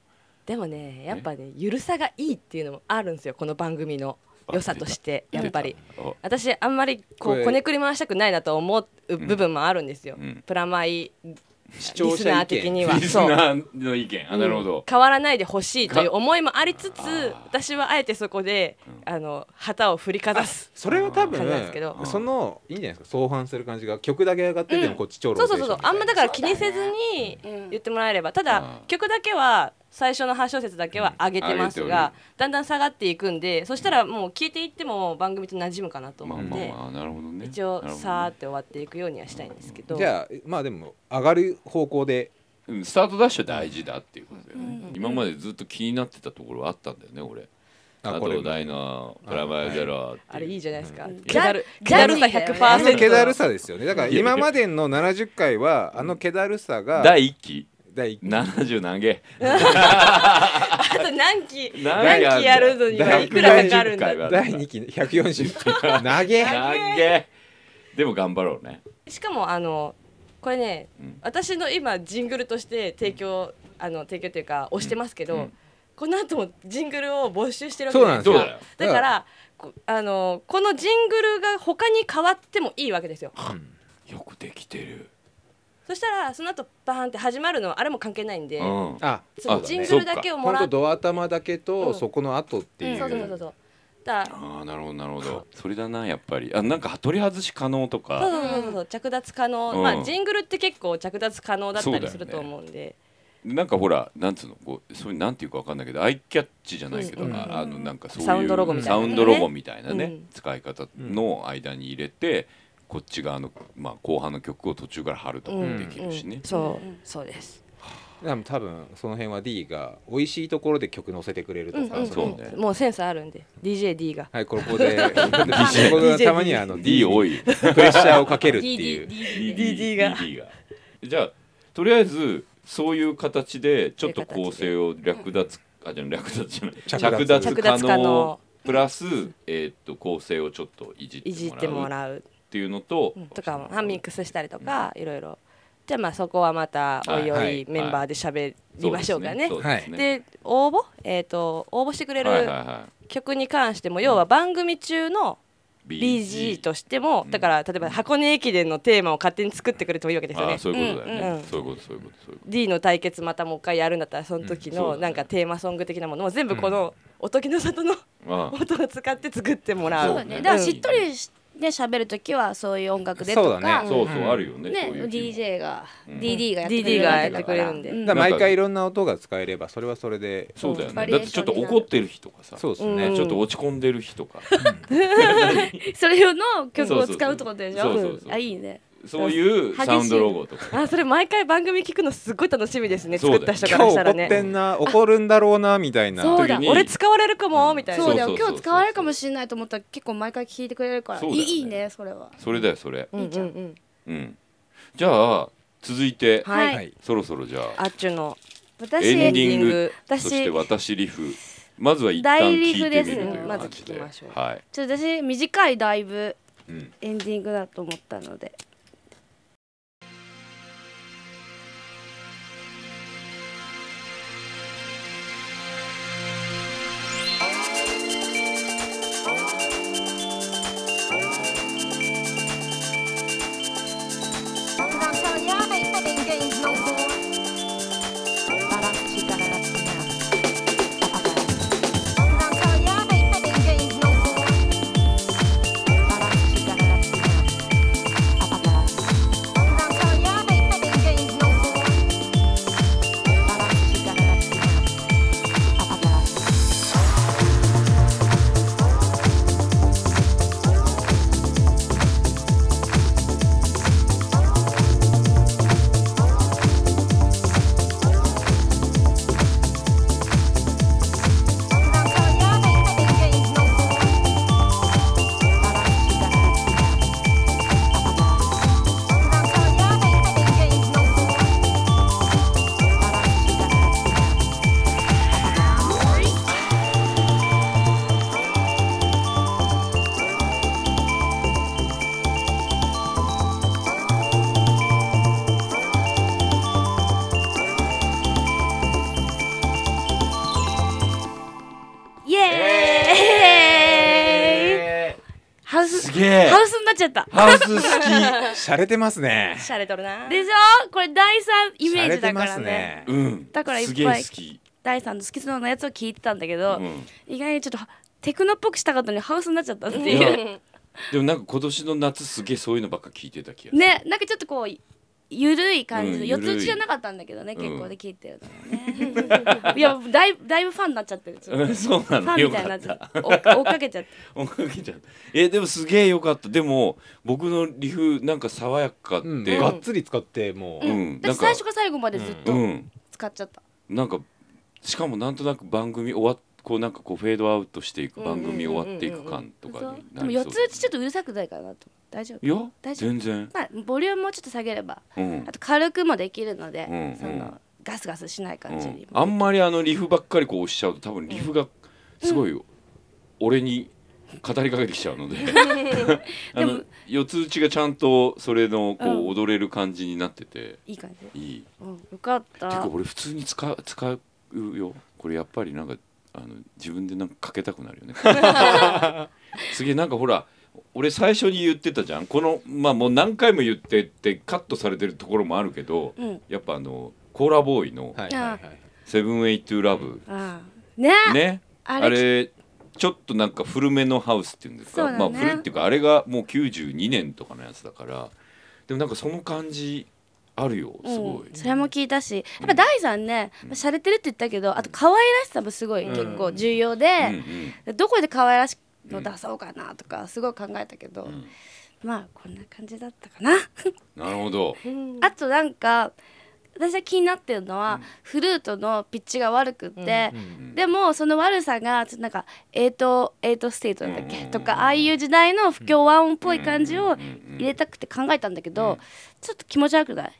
Speaker 3: でもねやっぱねゆるさがいいっていうのもあるんですよこの番組の良さとしてやっぱり
Speaker 2: あ
Speaker 3: 私あんまりこ
Speaker 4: こ
Speaker 3: う
Speaker 4: れ
Speaker 3: こねくり回したくないなと思う部分もあるんですよ、
Speaker 2: うん
Speaker 3: プラマイリ
Speaker 4: 視聴
Speaker 3: ス
Speaker 4: 者
Speaker 3: ナ
Speaker 4: 意
Speaker 3: ー的
Speaker 4: 見
Speaker 3: には
Speaker 2: リスナーの意見あなるほど
Speaker 3: 変わらないでほしいという
Speaker 2: か
Speaker 3: 思いもありつつ
Speaker 2: あー
Speaker 3: 私はあえてそこで、あの旗を振りかざす
Speaker 4: それは多分
Speaker 3: 考えですけど
Speaker 4: そのいいんじゃないですか相反する感じが曲だけ上がってて
Speaker 3: う
Speaker 4: も
Speaker 3: ん
Speaker 4: こっち超ロ
Speaker 3: そ
Speaker 4: ー
Speaker 3: う
Speaker 4: テ
Speaker 3: そ
Speaker 4: ー
Speaker 3: うそう
Speaker 4: ション
Speaker 3: そうあんまだから気にせずに
Speaker 5: うん
Speaker 3: 言ってもらえればただ、
Speaker 2: あー
Speaker 3: 曲だけは最初の8小節だけは上げてます
Speaker 2: うん上げ
Speaker 3: が
Speaker 2: て、
Speaker 3: だんだん下がっていくんでそしたらもう消えていっても番組と馴染むかなと思
Speaker 2: まあ
Speaker 3: って、
Speaker 2: まあまあなるほどね
Speaker 3: 一応
Speaker 2: なるほどね
Speaker 3: さーって終わっていくようにはしたいんですけど
Speaker 4: じゃあまあでも上がる方向で
Speaker 2: うんスタートダッシュ大事だっていうことだよね今までずっと気になってたところはあったんだよね俺
Speaker 4: あ
Speaker 2: あ
Speaker 4: これ
Speaker 2: と大のプラマイゼロっていう
Speaker 3: あれいいじゃないですか、
Speaker 5: ん
Speaker 3: 気だる
Speaker 5: ジ
Speaker 3: 気
Speaker 5: ャ
Speaker 3: だる
Speaker 5: ジー
Speaker 3: さ
Speaker 5: だよ
Speaker 3: 100%
Speaker 4: あ
Speaker 5: ね
Speaker 4: の気だる
Speaker 3: の
Speaker 4: さですよねだから今までの70回はあの気だるさが
Speaker 2: 第1期
Speaker 4: 第一
Speaker 2: 70何ゲ
Speaker 3: あと何期
Speaker 2: 何
Speaker 3: 何
Speaker 2: 回やるんだ
Speaker 3: 期やるのにはいくらかかるんだ
Speaker 2: 140回は
Speaker 4: 第2期140回投 げ
Speaker 2: 何ゲでも頑張ろうね
Speaker 3: しかもあのこれね、
Speaker 2: うん
Speaker 3: 私の今ジングルとして提供あの提供というか押してますけど、
Speaker 2: うん
Speaker 3: この後もジングルを募集してるわけ
Speaker 4: そう
Speaker 3: じゃなん
Speaker 4: な
Speaker 3: い
Speaker 4: で
Speaker 3: ですすか
Speaker 2: そうだ
Speaker 4: よ
Speaker 2: よ
Speaker 3: だからこあのこのジングルが他に変わってもいいわけですよ
Speaker 2: よくできてる
Speaker 3: そしたらその後バーンって始まるのはあれも関係ないんで、
Speaker 2: うん
Speaker 4: あ
Speaker 3: その
Speaker 2: あ
Speaker 3: ジングルだけをも
Speaker 4: 本
Speaker 3: ら
Speaker 4: 当
Speaker 3: って
Speaker 4: ド頭だけ
Speaker 3: う
Speaker 4: と
Speaker 3: ん
Speaker 4: そこの後っていう
Speaker 3: そうそうそうそうだから
Speaker 2: ああなるほどなるほどそれだなやっぱりあなんか取り外し可能
Speaker 3: そ
Speaker 2: と
Speaker 3: う
Speaker 2: か
Speaker 3: そうそうそうそう着脱可能、
Speaker 2: うん
Speaker 3: まあジングルって結構着脱可能だったりすると
Speaker 2: そうだよね
Speaker 3: 思うんで、
Speaker 2: なんかほらなんつうのこうそういうなんていうかわかんないけどアイキャッチじゃないけど、
Speaker 3: うん
Speaker 2: ああのなんかそういう
Speaker 3: サウンドロゴみたいなね
Speaker 2: サウンドロゴみたいなね、
Speaker 3: うん
Speaker 2: 使い方の間に入れてこっち側の、まあ、後半の曲を途中から貼るとかもできるしね、
Speaker 3: うんそう、そうです
Speaker 4: でも多分その辺は D が美味しいところで曲載せてくれるとか、
Speaker 2: うんそうね
Speaker 3: もうセンスあるんで DJD が
Speaker 4: はいこ こでここがたまにはあの
Speaker 2: D
Speaker 4: D を
Speaker 2: 多いよ
Speaker 4: プレッシャーをかけるっていう
Speaker 3: DD が
Speaker 2: DD がじゃあとりあえずそういう形でちょっと
Speaker 3: そういう形で
Speaker 2: 構成を略奪あじゃあ略奪じゃない
Speaker 4: 着
Speaker 2: 着
Speaker 4: 脱
Speaker 2: 脱
Speaker 3: 着
Speaker 2: 可
Speaker 3: 脱可
Speaker 2: 能
Speaker 3: 能
Speaker 2: プラス、えーっと構成をちょっといじ
Speaker 3: いじっ
Speaker 2: ってても
Speaker 3: も
Speaker 2: らうっ
Speaker 3: らう
Speaker 2: ていうのと、
Speaker 3: うんとかもハミックスしたりとかいろいろじゃあまあそこはまたおいお
Speaker 4: はいはい
Speaker 3: いメンバーで喋りましょうかね
Speaker 2: そ。です
Speaker 4: はい
Speaker 2: ね
Speaker 3: で応募えっ、と応募してくれ
Speaker 2: はいはい
Speaker 3: る
Speaker 2: は
Speaker 3: 曲に関しても要は番組中の
Speaker 2: い
Speaker 3: BG としてもだから例えば箱根駅伝のテーマを勝手に作ってくれてもいいわけですよ
Speaker 2: ああ
Speaker 3: ね。
Speaker 2: そういうことだよね、
Speaker 3: うんうん
Speaker 2: そういうことそういうことそういうこ
Speaker 3: D の対決またもう一回やるんだったらその時
Speaker 2: うんそうだ
Speaker 3: の
Speaker 2: ね
Speaker 3: なんかテーマソング的なものを全部この「おときの里」の
Speaker 2: とああ
Speaker 3: 音を使って作ってもら
Speaker 2: そう
Speaker 5: そう
Speaker 2: だ
Speaker 5: うだ
Speaker 2: ね
Speaker 5: ねだからしっとりしね喋る時はそういう音楽で
Speaker 4: そう
Speaker 5: と
Speaker 4: だ
Speaker 5: か
Speaker 4: ね
Speaker 2: そうそうあるよね。
Speaker 5: ね
Speaker 2: そういう気も
Speaker 5: DJ が、
Speaker 2: うん
Speaker 5: DD がやってくれ
Speaker 3: DD
Speaker 5: るわ
Speaker 3: が
Speaker 5: け
Speaker 3: やっ
Speaker 5: だ
Speaker 3: て
Speaker 5: か
Speaker 3: くれ
Speaker 5: ら
Speaker 3: るんで、
Speaker 5: うん
Speaker 4: だから毎回いろんな音が使えればそれはそれで
Speaker 2: そうだよ
Speaker 5: バ
Speaker 2: ね。
Speaker 5: リ
Speaker 2: だ
Speaker 5: エ
Speaker 2: っ
Speaker 5: ー
Speaker 2: て
Speaker 5: シ
Speaker 2: ちょ
Speaker 5: ョ
Speaker 2: っ
Speaker 5: ン
Speaker 2: と怒ってる日とかさ、
Speaker 4: そうです
Speaker 3: うん
Speaker 4: ね
Speaker 2: ちょっと落ち込んでる日とか、
Speaker 5: それの曲を使うってことでしょ
Speaker 2: そうそうそう
Speaker 5: あいいね
Speaker 2: そういうサウンドロゴとか。
Speaker 3: あそれ毎回番組聞くのすごい楽しみですね
Speaker 2: そうだ
Speaker 3: 作
Speaker 2: よ
Speaker 3: った人か
Speaker 4: 今
Speaker 3: らした
Speaker 4: 日怒
Speaker 3: ら
Speaker 4: って
Speaker 3: ね
Speaker 4: んな怒るんだろうなみたいな
Speaker 5: そうだ
Speaker 2: 時に
Speaker 3: 俺使われるかもみたいな
Speaker 5: そうだよ
Speaker 2: そうそうそうそう
Speaker 5: 今日使われるかもしれないと思ったら結構毎回聞いてくれるから、
Speaker 2: そうだ
Speaker 5: い
Speaker 2: よね
Speaker 5: いいいねそれは
Speaker 2: それだよそれ。
Speaker 3: うんうんうん
Speaker 2: うん。じゃあ続いて、
Speaker 3: はい、
Speaker 4: はい
Speaker 2: そろそろじゃ
Speaker 3: あ
Speaker 2: あ
Speaker 3: っちゅの
Speaker 5: 私
Speaker 2: エ
Speaker 3: エン
Speaker 2: ンディン
Speaker 3: ディン
Speaker 2: グ
Speaker 3: グ
Speaker 2: そ
Speaker 5: 私
Speaker 2: して私リフまずは一旦
Speaker 5: 大
Speaker 2: 聞
Speaker 5: リ
Speaker 2: いてみ
Speaker 5: フ
Speaker 2: る
Speaker 5: で
Speaker 2: と
Speaker 5: す
Speaker 2: い
Speaker 5: ね
Speaker 2: う
Speaker 3: まず
Speaker 2: 感じ
Speaker 3: 聞
Speaker 2: で。
Speaker 3: きましょう
Speaker 2: はい。
Speaker 5: ちょっと私短いだいぶ
Speaker 2: うん。
Speaker 5: エンディングだと思ったのでイエーイハウス
Speaker 2: すげえ
Speaker 5: ハウスになっちゃった
Speaker 2: ハウス好
Speaker 4: 洒落てますね
Speaker 3: しゃれとるな
Speaker 5: でしょこれ第三イメージだからね
Speaker 2: き。うん。
Speaker 5: だからいっぱい
Speaker 2: すげえ好き。
Speaker 5: 第三の好きそうなやつを聞いてたんだけ
Speaker 2: う
Speaker 5: ど、
Speaker 2: ん。
Speaker 5: 意外にちょっとテクノっぽくしたかったのにハウスになっちゃったって
Speaker 2: い
Speaker 5: いう
Speaker 2: やでもなんか今年の夏すげえそういうのばっか聞いてた気がする。
Speaker 5: ねなんかちょっとこうゆるい感じ
Speaker 2: うん
Speaker 5: で、四つ
Speaker 2: ゆるい
Speaker 5: 打ちじゃなかったんだけどね
Speaker 2: うん
Speaker 5: 結構で聞いてるのはねいやだいぶだいぶファンになっちゃってるちょっと
Speaker 2: うんそうな
Speaker 5: ファ
Speaker 2: の
Speaker 5: ン
Speaker 2: よ
Speaker 5: みたい
Speaker 2: か
Speaker 5: にな
Speaker 2: っ。
Speaker 5: っちゃったて追っ追っかけちゃって
Speaker 2: 音楽じゃんえでもすげえよかったでも僕のリフなんか爽やかって、
Speaker 4: うん、
Speaker 2: が
Speaker 4: がっつり使ってもう、
Speaker 2: うんな
Speaker 5: 私
Speaker 2: んか
Speaker 5: 最初から最後までずっ
Speaker 2: う
Speaker 5: と
Speaker 2: ん
Speaker 5: 使っちゃった、
Speaker 2: なんかしかもなんとなく番組終わっこうなんかこうフェードアウトしていく番組終わっていく感とか
Speaker 5: そう
Speaker 2: に
Speaker 5: で
Speaker 2: な
Speaker 5: も
Speaker 2: り
Speaker 5: 四
Speaker 2: そう
Speaker 5: つ打ちちょっとうるさくないかなと思って大丈夫
Speaker 2: いや
Speaker 5: 大丈夫
Speaker 2: 全然
Speaker 5: まあボリュームもちょっと下げれば
Speaker 2: うん
Speaker 5: あと軽くもできるので、
Speaker 2: うん
Speaker 5: そ
Speaker 2: うん
Speaker 5: のガスガスしない感
Speaker 2: う
Speaker 5: じ
Speaker 2: ん
Speaker 5: に、、
Speaker 2: あんまりあのリフばっかりこう押しちゃうと多分リフがすごい俺に語りかけてきちゃうの であ
Speaker 5: で
Speaker 2: の
Speaker 5: も
Speaker 2: 四つ打ちがちゃんとそれのこう踊れる感じになってて
Speaker 5: いい感じ、
Speaker 2: いい。
Speaker 5: うん、よかった
Speaker 2: てか俺普通に使う使うよこれやっぱりなんかあの自分でなんかかけたくなるよね すげえなんかほら俺最初に言ってたじゃんこのまあもう何回も言ってってカットされてるところもあるけど、
Speaker 5: うん
Speaker 2: やっぱあのコーラボーイの
Speaker 4: はいはいはい
Speaker 2: 「セブンエイトゥラブ
Speaker 5: ああね」
Speaker 2: ね
Speaker 5: あ
Speaker 2: あ
Speaker 5: れ
Speaker 2: れちょっとなんか古めのハウスっていうんですか、
Speaker 5: そうだ
Speaker 2: まあ
Speaker 5: ね
Speaker 2: 古いっていうかあれがもう92年とかのやつだからでもなんかその感じあるよすごい、
Speaker 5: うん、それも聞いたしやっぱ第三ね、まあ、洒落てるって言ったけどあと可愛らしさもすごい
Speaker 4: うん
Speaker 5: 結構重要
Speaker 2: うんう
Speaker 5: で、
Speaker 2: ん
Speaker 5: どこで可愛らしいの出そうかなとかすごい考えたけど、
Speaker 2: ん
Speaker 5: まあこんな感じだったかな
Speaker 2: なるほど
Speaker 5: あとなんか私が気になってるのは、フルートのピッチが悪くって、
Speaker 4: うん
Speaker 5: でもその悪さがちょっとなんか8と8ステートなんだっ
Speaker 2: うんうん
Speaker 5: け
Speaker 2: うん
Speaker 5: とかああいう時代の不協和音っぽい感じ
Speaker 2: う
Speaker 5: を
Speaker 2: んうんうんうん
Speaker 5: 入れたくて考えたんだけど、ちょっと気持ち悪くない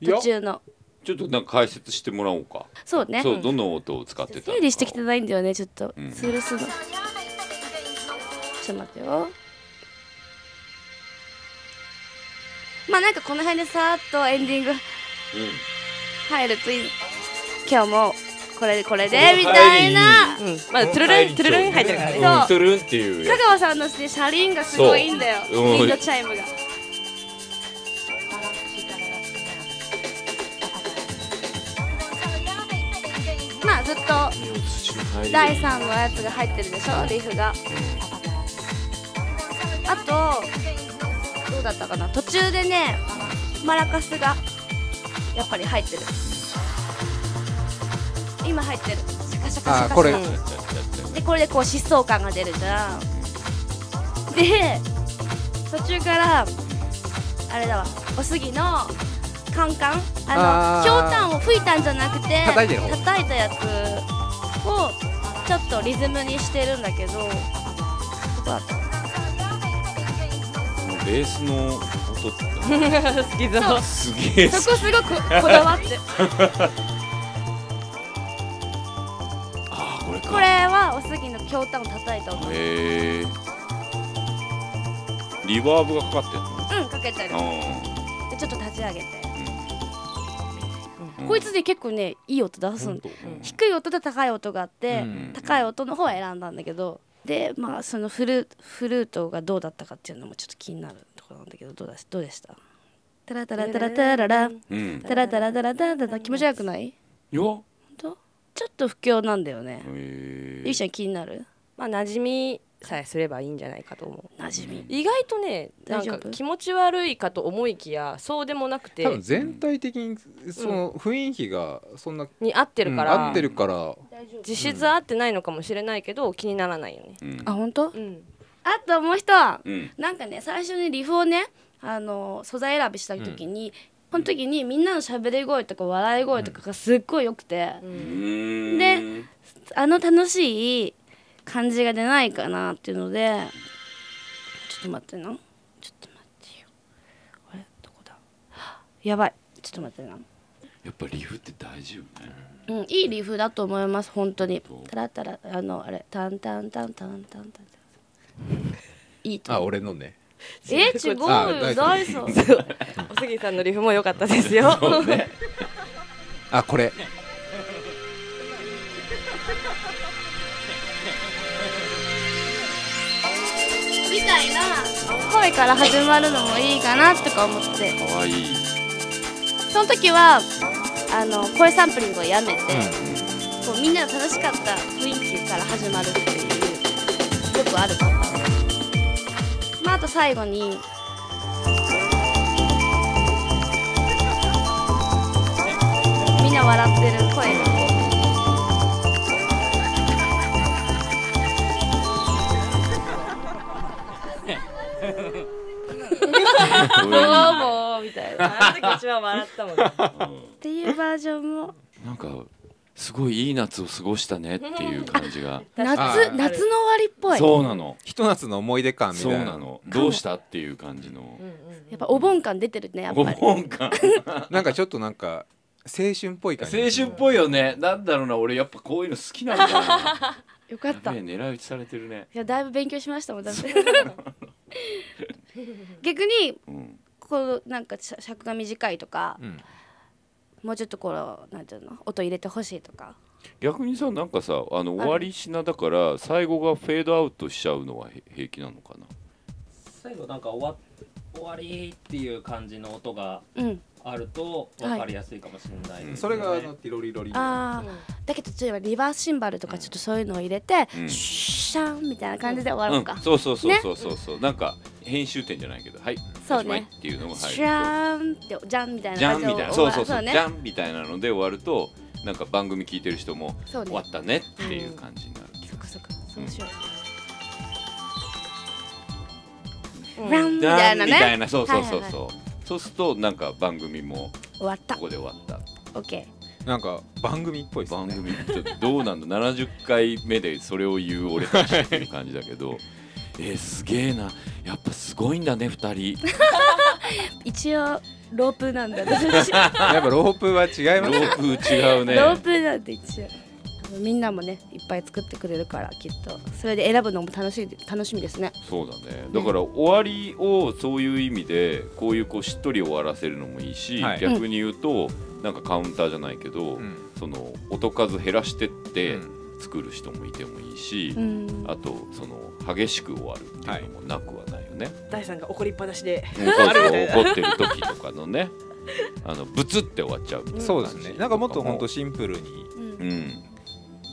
Speaker 4: いや
Speaker 5: 途中の
Speaker 2: ちょっとなんか解説してもらおうか。
Speaker 5: そうね
Speaker 2: そう、どの音を使ってたのかを
Speaker 5: 整理してきてないんだよねちょっと、
Speaker 2: うん
Speaker 5: ツールするのちょっと待ってよまあなんかこの辺でさーっとエンディング入るといい今日もこれでこれでみたいな
Speaker 3: うんまだトゥルルントゥルルン入ってるからね
Speaker 2: うん。
Speaker 5: そう
Speaker 2: トゥルンっていうや
Speaker 5: 香
Speaker 2: つ。
Speaker 5: 川さんのね車輪がすごいいいんだよ
Speaker 2: そううん
Speaker 5: ウィンドチャイムが。まあずっと第3のやつが入ってるでしょリフがああとどうだったかな途中でねマラカスがやっぱり入ってる今入ってるシャカシャカシャカシャ
Speaker 4: あ
Speaker 5: カ
Speaker 4: これ
Speaker 5: でこれでこう疾走感が出るじゃんで途中からあれだわおすぎのカンカンあ
Speaker 4: あー
Speaker 5: のひょうたんを吹いたんじゃなくて
Speaker 4: 叩いてる方
Speaker 5: 叩いたやつをちょっとリズムにしてるんだけどどこだった
Speaker 2: ベースの音って
Speaker 3: 好きそう
Speaker 2: すげえ
Speaker 5: そこすごくこだわって
Speaker 2: あーこれか
Speaker 5: これはおすぎのひょうたんを叩いた音うん
Speaker 2: へえリバーブがかかってんの
Speaker 5: かけてる
Speaker 2: あ
Speaker 5: でちょっと立ち上げて
Speaker 2: ーうん
Speaker 5: こいつで結構ねいい音出す
Speaker 2: うんんと
Speaker 5: 低い音と高い音があって、
Speaker 4: うん
Speaker 5: 高い音の方を選んだんだけどでまあそのフルフルートがどうだったかっていうのもちょっと気になるところなんだけどどうだしどうでしたタラタラタラタララ
Speaker 2: うん
Speaker 5: タラタラタラタラタラ気持ち悪くない
Speaker 2: よ
Speaker 5: ほんとちょっと不況なんだよね
Speaker 2: っ、へ
Speaker 5: ゆ
Speaker 2: え
Speaker 5: いちゃん気になる
Speaker 3: まあ馴染みさえすればいいんじゃないかと思う
Speaker 5: なじみ
Speaker 3: 意外とねなん
Speaker 5: 大丈
Speaker 3: か
Speaker 5: 夫
Speaker 3: 気持ち悪いかと思いきやそうでもなくて
Speaker 4: 多分全体的にその雰囲気がそんな、
Speaker 3: に合ってるか
Speaker 4: うん合
Speaker 3: ら、
Speaker 4: ってるから
Speaker 3: 実質合ってないのかもしれないけど気にならないよね、
Speaker 2: うん
Speaker 5: あ本当、
Speaker 3: うん、
Speaker 5: あともう一人
Speaker 2: うん
Speaker 5: なんかね最初にリフをねあの素材選びした時に、この時にみんなの喋り声とか笑い声とかがすっごい良くて、
Speaker 2: で
Speaker 5: あの楽しい感じが出ないかなっていうのでちょっと待ってなちょっと待ってよあれどこだやばいちょっと待ってな
Speaker 2: やっぱリフって大事よね
Speaker 5: うんいいリフだと思います本当にたらたらあのあれタンタンタンタンタンタンタン いいと
Speaker 4: あ
Speaker 5: 思う
Speaker 4: 俺のね
Speaker 5: え違う
Speaker 4: あ
Speaker 5: よ
Speaker 4: ダ
Speaker 5: ダ
Speaker 4: イ
Speaker 5: イソン
Speaker 3: おすぎさんのリフも良かったですよ
Speaker 4: あこれ
Speaker 5: みたいな声から始まるのもいいかなとか思って
Speaker 2: 可愛い
Speaker 5: その時はあの声サンプリングをやめて、こうみんなの楽しかった雰囲気から始まるっていうよくあるパターン、まあ、あと最後にみんな笑ってる声がこうボーボーみたいなっ
Speaker 3: あの時一番笑ったもん、ね、
Speaker 5: ていうバージョン も
Speaker 2: なんかすごいいい夏を過ごしたねっていう感じが
Speaker 5: 夏
Speaker 4: あ
Speaker 5: 夏の終わりっぽい
Speaker 2: そうなの
Speaker 4: ひと夏の思い出感みた
Speaker 2: そ
Speaker 4: いうな
Speaker 2: なのどうしたっていう感じの
Speaker 5: やっぱお盆感出てるねやっ
Speaker 2: お
Speaker 5: ぱり
Speaker 2: 盆感
Speaker 4: なんかちょっとなんか青春っぽい感
Speaker 2: 青
Speaker 4: じ
Speaker 2: 春っぽいよねなんだろうな俺やっぱこういうの好きなんだよな
Speaker 5: よかった
Speaker 2: やべえ狙い撃ちされてるね
Speaker 5: いやだいぶ勉強しました もんだって逆に
Speaker 2: うん
Speaker 5: こうなんかしゃ尺が短いとか、
Speaker 4: うん
Speaker 5: もうちょっとこうなんていうの音入れてほしいとか
Speaker 2: 逆にさなんかさあの終わりしなだから最後がフェードアウトしちゃうのはへ平気なのかな
Speaker 6: 最後なんか終わ終わりっていう感じの音が
Speaker 5: うん
Speaker 6: あると分かりやすいかもしれないですね
Speaker 4: それがあのティロリロリみたいな
Speaker 5: あー、だけど例えばリバースシンバルとかちょっとそういうのを入れて、
Speaker 2: うん
Speaker 5: シャンみたいな感じで終わ
Speaker 2: う
Speaker 5: ろうんか、
Speaker 2: そうそうそうそうそうそう、なんか編集点じゃないけどはい
Speaker 5: そ
Speaker 2: お
Speaker 5: うね
Speaker 2: しまいっていうのが入
Speaker 5: シ
Speaker 2: る
Speaker 5: ャンってじゃんみた
Speaker 2: と
Speaker 5: いな
Speaker 2: じゃん
Speaker 5: 感
Speaker 2: みた
Speaker 5: じで
Speaker 2: いな
Speaker 5: 終
Speaker 2: そう
Speaker 5: わ
Speaker 2: そうそう
Speaker 5: ね
Speaker 2: じゃんみたいなので終わるとなんか番組聞いてる人も
Speaker 5: そうね
Speaker 2: 終わったねっていう感じになる気
Speaker 5: そっ
Speaker 2: が
Speaker 5: か
Speaker 2: す
Speaker 5: そ
Speaker 2: る
Speaker 5: っかそうしよう、
Speaker 3: うん
Speaker 5: ランみたいな
Speaker 2: じゃんみた
Speaker 5: ね
Speaker 2: いなそうそうそうそう、
Speaker 5: はいはい
Speaker 2: そうするとなんか番組も
Speaker 5: 終わった
Speaker 2: ここで終わった
Speaker 5: オッケ
Speaker 4: なんか番組っぽいですよ
Speaker 2: 番
Speaker 4: ね
Speaker 2: 組ちょっとどうなんだ70回目でそれを言う俺たちっていう感じだけど えー、すげえなやっぱすごいんだね2人
Speaker 5: ー一応ロープなんだ私
Speaker 4: やっぱロープは違い
Speaker 2: ロ
Speaker 4: ますね
Speaker 2: ープ違 うね
Speaker 5: ロープなんて一応みんなもねいっぱい作ってくれるからきっとそれで選ぶのも楽しい楽しみですね
Speaker 2: そうだねだから終わりをそういう意味でこういうこうしっとり終わらせるのもいいし、
Speaker 4: はい
Speaker 2: 逆に言うとなんかカウンターじゃないけど、
Speaker 4: うん
Speaker 2: その音数減らしてって
Speaker 4: うん
Speaker 2: 作る人もいてもいいし、
Speaker 5: うん
Speaker 2: あとその激しく終わるっていうのもなくはないよね、
Speaker 3: 第三が怒りっぱなしで
Speaker 2: うんそうそう怒ってる時とかのねあのブツって終わっちゃうみたいな
Speaker 4: そうですねなんかもっと本当シンプルに
Speaker 5: うん
Speaker 2: うん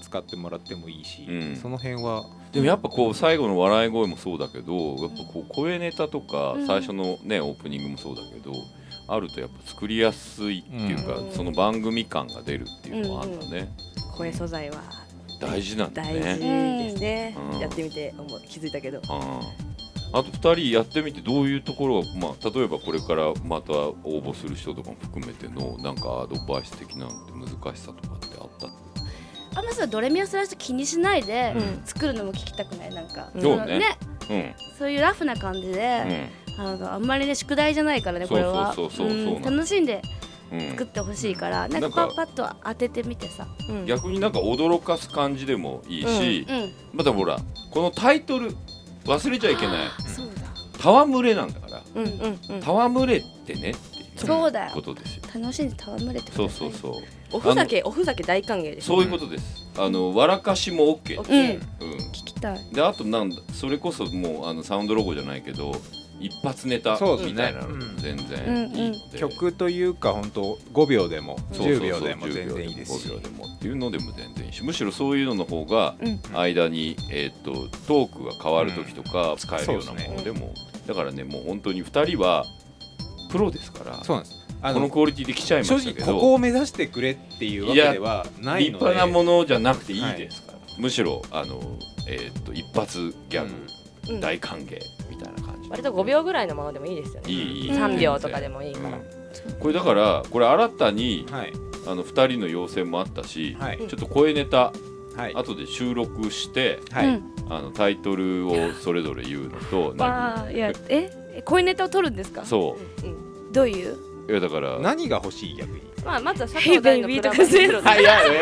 Speaker 4: 使ってもらってもいいし、
Speaker 2: うん
Speaker 4: その辺は
Speaker 2: でもやっぱこう最後の笑い声もそうだけどやっぱこう声ネタとか
Speaker 5: うん
Speaker 2: 最初のねオープニングもそうだけどあるとやっぱ作りやすいっていうか
Speaker 3: うん
Speaker 2: その番組感が出るっていうのはあるんだね
Speaker 3: 声素材は
Speaker 2: 大事なんだ
Speaker 3: 大事です
Speaker 2: ね
Speaker 3: ね
Speaker 2: うん
Speaker 3: やってみて思う気づいたけど
Speaker 2: ああと2人やってみてどういうところが、まあ、例えばこれからまた応募する人とかも含めてのなんかアドバイス的なのって難しさとかってあった
Speaker 5: あんまそうドレミをすらして気にしないで、
Speaker 3: うん
Speaker 5: 作るのも聞きたくないなんか、
Speaker 3: そう
Speaker 2: ね
Speaker 5: の
Speaker 2: うん、
Speaker 5: そういうラフな感じ
Speaker 2: う
Speaker 5: で、
Speaker 2: ん
Speaker 5: あのあんまりね宿題じゃないからねこれは
Speaker 2: そうそうそうそうそう
Speaker 5: うん楽しんで
Speaker 2: うん
Speaker 5: 作ってほしいから、
Speaker 2: ん
Speaker 5: なん
Speaker 2: な
Speaker 5: か
Speaker 2: ん
Speaker 5: パ
Speaker 2: か
Speaker 5: ッパッと当ててみてさ、
Speaker 3: うん
Speaker 2: 逆になんか驚かす感じでもいいし、
Speaker 5: うん、
Speaker 2: またほらこのタイトル忘れちゃいけない
Speaker 5: あそうだ、
Speaker 2: 「戯れ」なんだから
Speaker 3: うんうんうん
Speaker 2: 「戯れ」ってねっていう
Speaker 5: そうだよ
Speaker 2: ことですよ
Speaker 5: 楽しんで戯れてくださ
Speaker 2: そ
Speaker 5: いう
Speaker 2: そうそう
Speaker 3: おふざけおふざけ大歓迎です
Speaker 2: そういうことですあの笑かしも OK
Speaker 3: オッ
Speaker 2: う
Speaker 3: ケー
Speaker 2: ん
Speaker 5: 聞きたい
Speaker 2: であとなんだそれこそもうあのサウンドロゴじゃないけど一発ネタ
Speaker 4: そうですね
Speaker 2: みたいなのも全然いいので、
Speaker 4: 曲というか本当5秒でも
Speaker 2: そうそうそ
Speaker 4: 10
Speaker 2: う
Speaker 4: 秒でも
Speaker 2: 10
Speaker 4: 全然いいですし
Speaker 2: 5秒でもっていうのでも全然いいしむしろそういうのの方が
Speaker 3: うん
Speaker 2: 間に、えー、とトークが変わる時とか使えるようなものでも、だからねもう本当に2人はプロですから
Speaker 4: そうなんですあ
Speaker 2: この
Speaker 4: の
Speaker 2: クオリティで来ちゃいま
Speaker 4: 正
Speaker 2: した
Speaker 4: 直
Speaker 2: けど
Speaker 4: ここを目指してくれっていうわけではない
Speaker 2: 立
Speaker 4: ので
Speaker 2: 派なものじゃなくていいですから、むしろあの、えー、と一発ギャグ、
Speaker 3: うん
Speaker 2: 大歓迎みたいな感じ
Speaker 3: 割と5秒ぐらいのものでもいいですよね
Speaker 2: いいいい
Speaker 3: 3秒とかでもいいから
Speaker 2: うんこれだからこれ新たに
Speaker 4: はい
Speaker 2: あの2人の要請もあったし、
Speaker 4: はい
Speaker 2: ちょっと声ネタ
Speaker 4: はい
Speaker 2: 後で収録して
Speaker 4: はい、
Speaker 5: うん、
Speaker 2: あのタイトルをそれぞれ言うのとなんか
Speaker 5: わあいやええこういうネタを取るんですか
Speaker 2: そ
Speaker 3: うんうん
Speaker 5: どういう
Speaker 2: ういやだから
Speaker 4: 何が欲しい逆に
Speaker 3: まあまずは佐藤大のプラマイゼロで
Speaker 2: はいや ね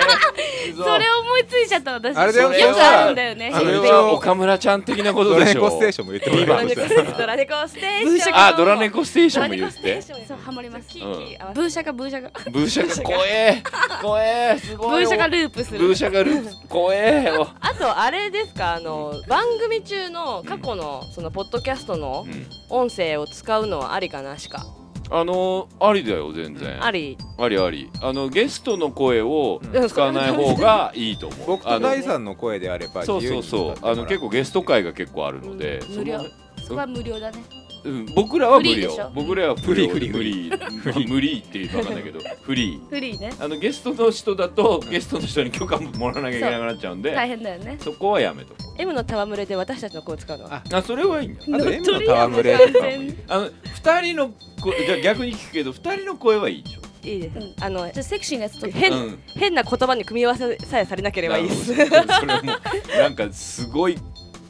Speaker 2: そ
Speaker 5: それ思いついちゃった私
Speaker 4: あれだよ
Speaker 5: そよくあるんだよね
Speaker 4: あれ
Speaker 2: そ
Speaker 4: を
Speaker 2: れは岡村ちゃん的なこと
Speaker 4: ド
Speaker 2: で
Speaker 4: ラ
Speaker 2: し
Speaker 4: ネ
Speaker 2: ょ
Speaker 4: コステーションも言ってもらいました
Speaker 3: ドラネコステー
Speaker 5: 文
Speaker 3: ショ
Speaker 5: 章
Speaker 3: ン
Speaker 2: あドラネコステーションも言っ
Speaker 3: ドラネコ
Speaker 2: て
Speaker 3: ステーション
Speaker 5: そうハマります
Speaker 3: キーキー合わせ
Speaker 5: ブーシャかブーシャか
Speaker 2: ブーシャが怖え怖えす
Speaker 5: ブ
Speaker 2: ごい
Speaker 5: ーシャがループする
Speaker 2: ブーシャがループ怖えよ、
Speaker 3: あとあれですかあの番組中の過去のそのポッドキャストの
Speaker 2: うん
Speaker 3: 音声を使うのはありかなしか
Speaker 2: あのありだよ全然
Speaker 3: あり
Speaker 2: ありありあのゲストの声を使わない方がいいと思う
Speaker 4: 僕
Speaker 2: あ
Speaker 4: と
Speaker 2: の
Speaker 4: 大さんの声であれば自
Speaker 2: そう
Speaker 4: 由
Speaker 2: そう
Speaker 4: に
Speaker 2: そうあの結
Speaker 4: 構
Speaker 2: 構ゲスト会が結構あるので、
Speaker 5: 無料
Speaker 2: そ
Speaker 5: そこは無料だね
Speaker 2: のうん僕らは無
Speaker 5: フリーでし
Speaker 2: 料
Speaker 5: ょ
Speaker 2: 僕らは無料
Speaker 4: フリーフ
Speaker 2: リーフリー無理っていうのわかんないけどフリ
Speaker 5: フリーね
Speaker 2: ーあのゲストの人だとゲストの人に許可ももらわなきゃいけなくなっちゃうんで、
Speaker 5: 大変だよね
Speaker 2: そこはやめとこ
Speaker 3: M の戯れで私たちの声を使うのは
Speaker 4: あ
Speaker 2: うあそれはいいんだ
Speaker 4: あと M の戯れとかもいい
Speaker 2: あの2人の声じゃあ逆に聞くけど2人の声はいいでしょ
Speaker 3: いいです、
Speaker 5: うん
Speaker 3: あの
Speaker 5: じゃあセクシーなやつと
Speaker 3: 変,、
Speaker 2: うん
Speaker 3: 変な言葉に組み合わせさえされなければいいです
Speaker 2: なるほどそれもなんかすごい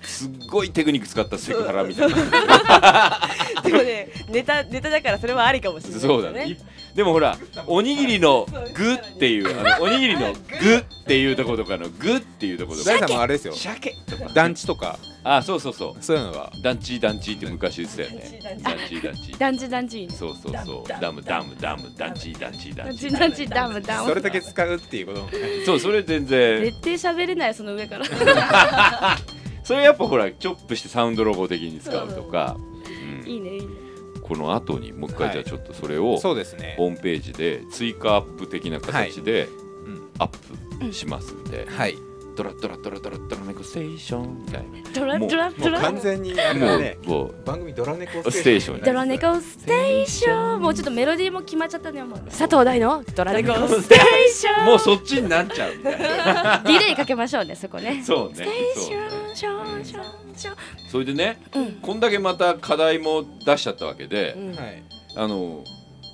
Speaker 2: すっごいテクニック使ったセクハラみたいな
Speaker 3: でもねネタネタだからそれはありかもしれないですね
Speaker 2: そうだねでもほらおにぎりの「ぐ」っていうあのおにぎりの「ぐ」っていうところとかの「ぐ」っていうところと
Speaker 4: 大
Speaker 2: か
Speaker 4: さんもあれですよ
Speaker 2: 鮭とか
Speaker 4: 団地とか
Speaker 2: あそうそうそう
Speaker 4: そういうのが
Speaker 2: 団地団地って昔言ってたよね団地団地
Speaker 5: ダンジダンジいいね
Speaker 2: そうそうそうダムダムダム団地団地
Speaker 5: ダ
Speaker 2: 団
Speaker 5: ン
Speaker 2: 地
Speaker 5: ジダンジダムダム
Speaker 4: それだけ使うっていうこともね
Speaker 2: そうそれ全然
Speaker 5: 絶対喋れないよその上から
Speaker 2: それやっぱほらチョップしてサウンドロゴ的に使うとか、うん
Speaker 5: いいねいいね
Speaker 2: この後にもう一回
Speaker 4: はい
Speaker 2: じゃあちょっとそれを
Speaker 4: そうですね
Speaker 2: ホームページで追加アップ的な形でアップしますんで、
Speaker 4: はい
Speaker 2: ドラドラドラドラドラネコステーションみたいな
Speaker 5: ドラ
Speaker 2: もう
Speaker 5: ドラ
Speaker 4: も
Speaker 5: ド
Speaker 4: う
Speaker 5: ラ
Speaker 4: 完全にあれ
Speaker 2: も
Speaker 4: だ
Speaker 2: う,、
Speaker 4: ね
Speaker 2: もう
Speaker 4: 番組ドラネコ
Speaker 2: ステーションに
Speaker 5: ドラネコステーションもうちょっとメロディーも決まっちゃったねもう
Speaker 3: 佐藤大のドラネコ
Speaker 5: ステーション
Speaker 2: もうそっちになっちゃうみたいな
Speaker 5: ディレイかけましょうねそこね
Speaker 2: そう
Speaker 5: ス
Speaker 2: ね
Speaker 5: テ
Speaker 2: そ
Speaker 5: ー
Speaker 2: う
Speaker 5: シ
Speaker 2: ね
Speaker 5: ョンションションション
Speaker 2: それでね、こんだけまた課題も出しちゃったわけで、
Speaker 3: うん
Speaker 4: はい
Speaker 2: あの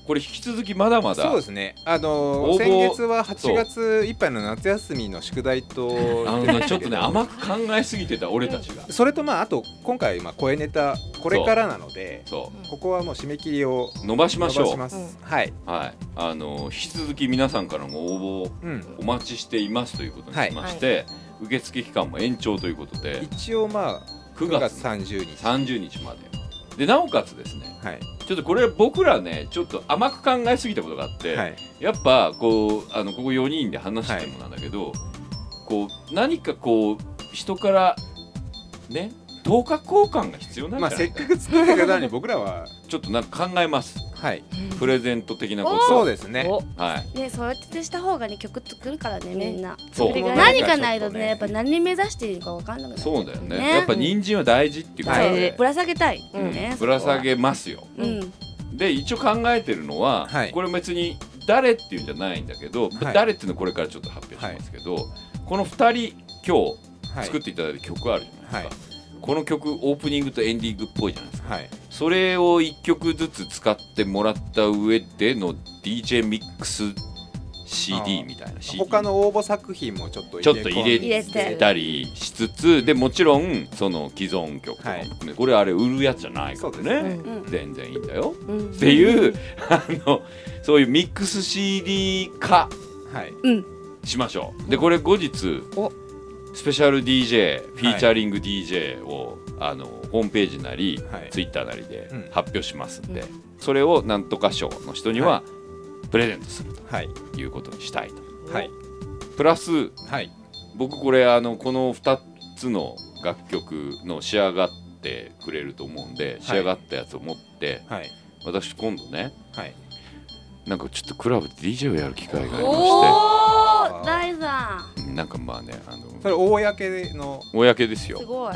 Speaker 2: これ引き続きまだまだ
Speaker 4: そうですねあの
Speaker 2: 応募
Speaker 4: ー先月は
Speaker 2: そう
Speaker 4: 8月いっぱいの夏休みの宿題と
Speaker 2: あのねちょっとね甘く考えすぎてた俺たちが、
Speaker 4: それとまああと今回まあ声ネタこれからなので
Speaker 2: そ
Speaker 4: ここはもう締め切りを
Speaker 2: う伸ばし
Speaker 4: 伸
Speaker 2: ま
Speaker 4: ば
Speaker 2: しょう
Speaker 4: しますはい
Speaker 2: はい、あの引き続き皆さんからの応募を
Speaker 4: うん
Speaker 2: お待ちしていますということにしまして、受付期間も延長ということで
Speaker 4: 一応まあ
Speaker 2: 9
Speaker 4: 9月
Speaker 2: 月
Speaker 4: 30日
Speaker 2: 30日まででなおかつですね
Speaker 4: はい
Speaker 2: ちょっとこれ僕らねちょっと甘く考えすぎたことがあって、
Speaker 4: はい
Speaker 2: やっぱこうあのここ4人で話してもなんだけど、こう何かこう人からね等価交換が必要なんじゃ
Speaker 4: まあ
Speaker 2: な
Speaker 4: せ
Speaker 2: い
Speaker 4: っ
Speaker 2: か
Speaker 4: かく作った方に僕らは
Speaker 2: ちょっとなんか考えますはい、プレゼント的なこと
Speaker 4: そうですね
Speaker 3: お
Speaker 2: はい
Speaker 5: ねそうやってした方がね曲作るからねみんな
Speaker 2: そう
Speaker 3: それが
Speaker 5: 何かない
Speaker 4: ち
Speaker 5: と
Speaker 4: ょっ
Speaker 5: ねやっぱ何目指していいか分かんなくなっちゃ
Speaker 2: そうだよね
Speaker 5: ね
Speaker 2: やっぱ人参は大事っていうこと
Speaker 3: 大
Speaker 2: で
Speaker 3: 事
Speaker 5: ぶら下げたいね
Speaker 2: ぶら下げますよ
Speaker 5: そこはうん
Speaker 2: で一応考えてるのは、
Speaker 4: はい
Speaker 2: これ別に誰っていうんじゃないんだけど、
Speaker 4: はい
Speaker 2: 誰っていうのこれからちょっと発表しますけど、この2人今
Speaker 4: は
Speaker 2: 日
Speaker 4: い
Speaker 2: 作っていただいた曲あるじゃない
Speaker 4: は
Speaker 2: で
Speaker 4: い
Speaker 2: すか、この曲オープニングとエンディングっぽいじゃないですか
Speaker 4: はい
Speaker 2: それを1曲ずつ使ってもらった上での DJ ミックス CD みたいな CD
Speaker 4: 他の応募作品もちょっと
Speaker 2: ちょっと入れ
Speaker 4: 込ん
Speaker 5: 入れ
Speaker 2: て
Speaker 5: て
Speaker 2: たりしつつでもちろんその既存曲とかも含め、これあれ売るやつじゃないか
Speaker 4: そう
Speaker 2: ら
Speaker 4: です
Speaker 2: ね
Speaker 4: ね
Speaker 5: うんうん
Speaker 2: 全然いいんだよ
Speaker 3: うん
Speaker 2: っていうあのそういうミックス CD 化
Speaker 4: はい
Speaker 2: しましょうでこれ後日
Speaker 3: お
Speaker 2: スペシャル DJ フィーチャリング DJ を、あのホームページなり、
Speaker 4: はい
Speaker 2: ツイッターなりで
Speaker 4: うん
Speaker 2: 発表しますんで、
Speaker 3: う
Speaker 2: それをなんとか賞の人にはプレゼントする
Speaker 4: はい
Speaker 2: ということにしたいと
Speaker 4: はい
Speaker 2: プラス
Speaker 4: はい
Speaker 2: 僕これあのこの2つの楽曲の仕上がってくれると思うんで、仕上がったやつを持って
Speaker 4: はい
Speaker 2: 私今度ね
Speaker 4: はい
Speaker 2: なんかちょっとクラブで DJ をやる機会がありまし
Speaker 5: お
Speaker 4: ー
Speaker 5: お大さ
Speaker 2: てなんかまあねあの
Speaker 4: それ公の
Speaker 2: 公です
Speaker 5: んす
Speaker 2: よ
Speaker 5: ごい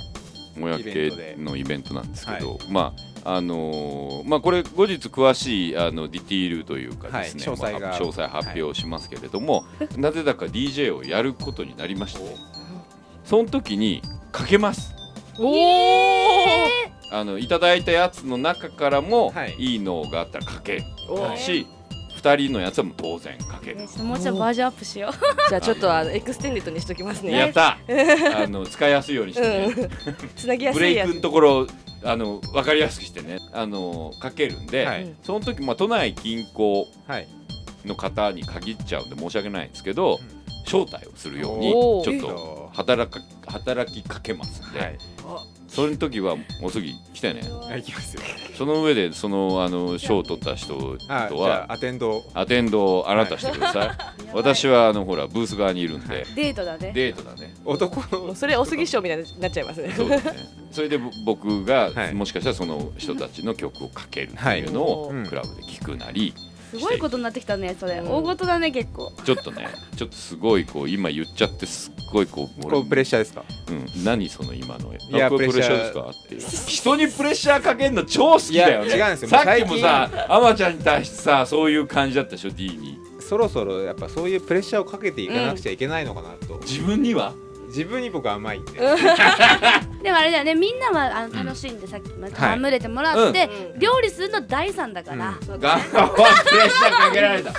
Speaker 2: 公
Speaker 4: イベントで
Speaker 2: のイベントなんですけど、まああのーまあこれ後日詳しいあのディティールというかですね、
Speaker 4: はい詳細が
Speaker 2: まあ詳細発表しますけれども、なぜだか DJ をやることになりましてその時にかけます
Speaker 5: え
Speaker 2: あのいただいたやつの中からも、
Speaker 4: はいい、
Speaker 2: いのがあったらかける
Speaker 4: はい
Speaker 2: し、二2人のやつはもう当然かけ
Speaker 5: ー
Speaker 2: る
Speaker 5: ね。ちょっともうちょいバージョンアップしよう
Speaker 3: じゃあちょっとあのエクステンデッドにしときますね
Speaker 2: やったーあの使いやすいようにしてね、
Speaker 3: つなぎや
Speaker 2: ブ
Speaker 3: すい
Speaker 2: レイ
Speaker 3: や
Speaker 2: ク
Speaker 3: つ
Speaker 2: のところあの分かりやすくしてねあのかけるんで、
Speaker 4: はい
Speaker 3: うん
Speaker 2: その時、まあ、都内近郊
Speaker 4: はい
Speaker 2: の方に限っちゃうんで申し訳ないんですけど、
Speaker 4: うん
Speaker 2: 招待をするように
Speaker 3: おー
Speaker 2: ちょっと働か働きかけますんで、
Speaker 4: はい
Speaker 2: それの時はもうすぐ来てね
Speaker 4: はい行きますよ
Speaker 2: その上でそのあの賞を取った人と
Speaker 4: あじ
Speaker 2: は
Speaker 4: ゃあアテンド
Speaker 2: アテンドをあなたしてください、私はあのほらブース側にいるんで、
Speaker 5: デートだね
Speaker 2: デートだね
Speaker 4: 男
Speaker 3: もう
Speaker 4: の
Speaker 3: それおすぎ賞みたいになっちゃいますね
Speaker 2: そうだね それでぼ僕が、
Speaker 4: はい
Speaker 2: もしかしたらその人たちの曲をかけるっていうのを、
Speaker 3: はい
Speaker 4: うん
Speaker 2: クラブで聴くなり
Speaker 5: すごいことになってきたねそれ
Speaker 3: うん
Speaker 5: 大事だね結構
Speaker 2: ちょっとね ちょっとすごいこう今言っちゃってすっごいこう
Speaker 4: こうプレッシャーですか
Speaker 2: 俺うん、何その今のい
Speaker 4: いや
Speaker 2: プレッシャー
Speaker 4: プレ
Speaker 2: で
Speaker 4: ッシ
Speaker 2: すか
Speaker 4: ャ
Speaker 2: っていう人にプレッシャーかけるの超好きだよね
Speaker 4: いや違うんですよ
Speaker 2: さっきもさあまちゃんに対してさそういう感じだったでしょ D に
Speaker 4: そろそろやっぱそういうプレッシャーをかけていかなくちゃいけないのかなと、
Speaker 2: 自分には
Speaker 4: 自分に僕は甘いんで、
Speaker 5: でもあれだよねみんなはあの楽しんでさっきまで
Speaker 4: はい
Speaker 5: 戯れてもらって
Speaker 3: うん
Speaker 5: 料理するの第三だから
Speaker 2: ガンガンプレッシャーかけられた。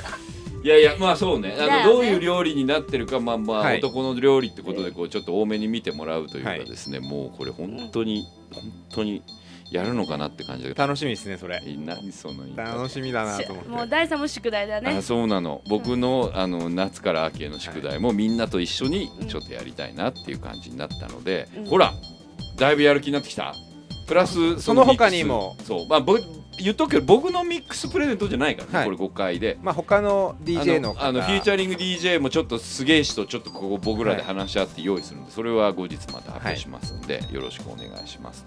Speaker 2: いやいやまあそうねあの
Speaker 5: だよね
Speaker 2: どういう料理になってるかまあまあ、
Speaker 4: はい
Speaker 2: 男の料理ってことでこうちょっと多めに見てもらうというかですね、もうこれ本当に本当にやるのかなって感じだけど
Speaker 4: 楽しみですねそれ
Speaker 2: え何その言い方
Speaker 4: 楽しみだな
Speaker 5: し
Speaker 4: と思って
Speaker 5: もう第三も宿題だね
Speaker 2: あそうなの僕のあの夏から秋への宿題もみんなと一緒にちょっとやりたいなっていう感じになったので、
Speaker 3: うん
Speaker 2: ほらだいぶやる気になってきたプラス
Speaker 4: その
Speaker 2: ミックス
Speaker 4: 他にも
Speaker 2: そうまあ僕言っとくけど僕のミックスプレゼントじゃないからね、
Speaker 4: はい
Speaker 2: これ誤解で
Speaker 4: まあ他の DJ の
Speaker 2: あのあのフューチ
Speaker 4: ャー
Speaker 2: ャリング DJ もちょっとすげえ人ちょっとここ僕らで話し合って用意するんで、それは後日また発表しますんで、よろしくお願いします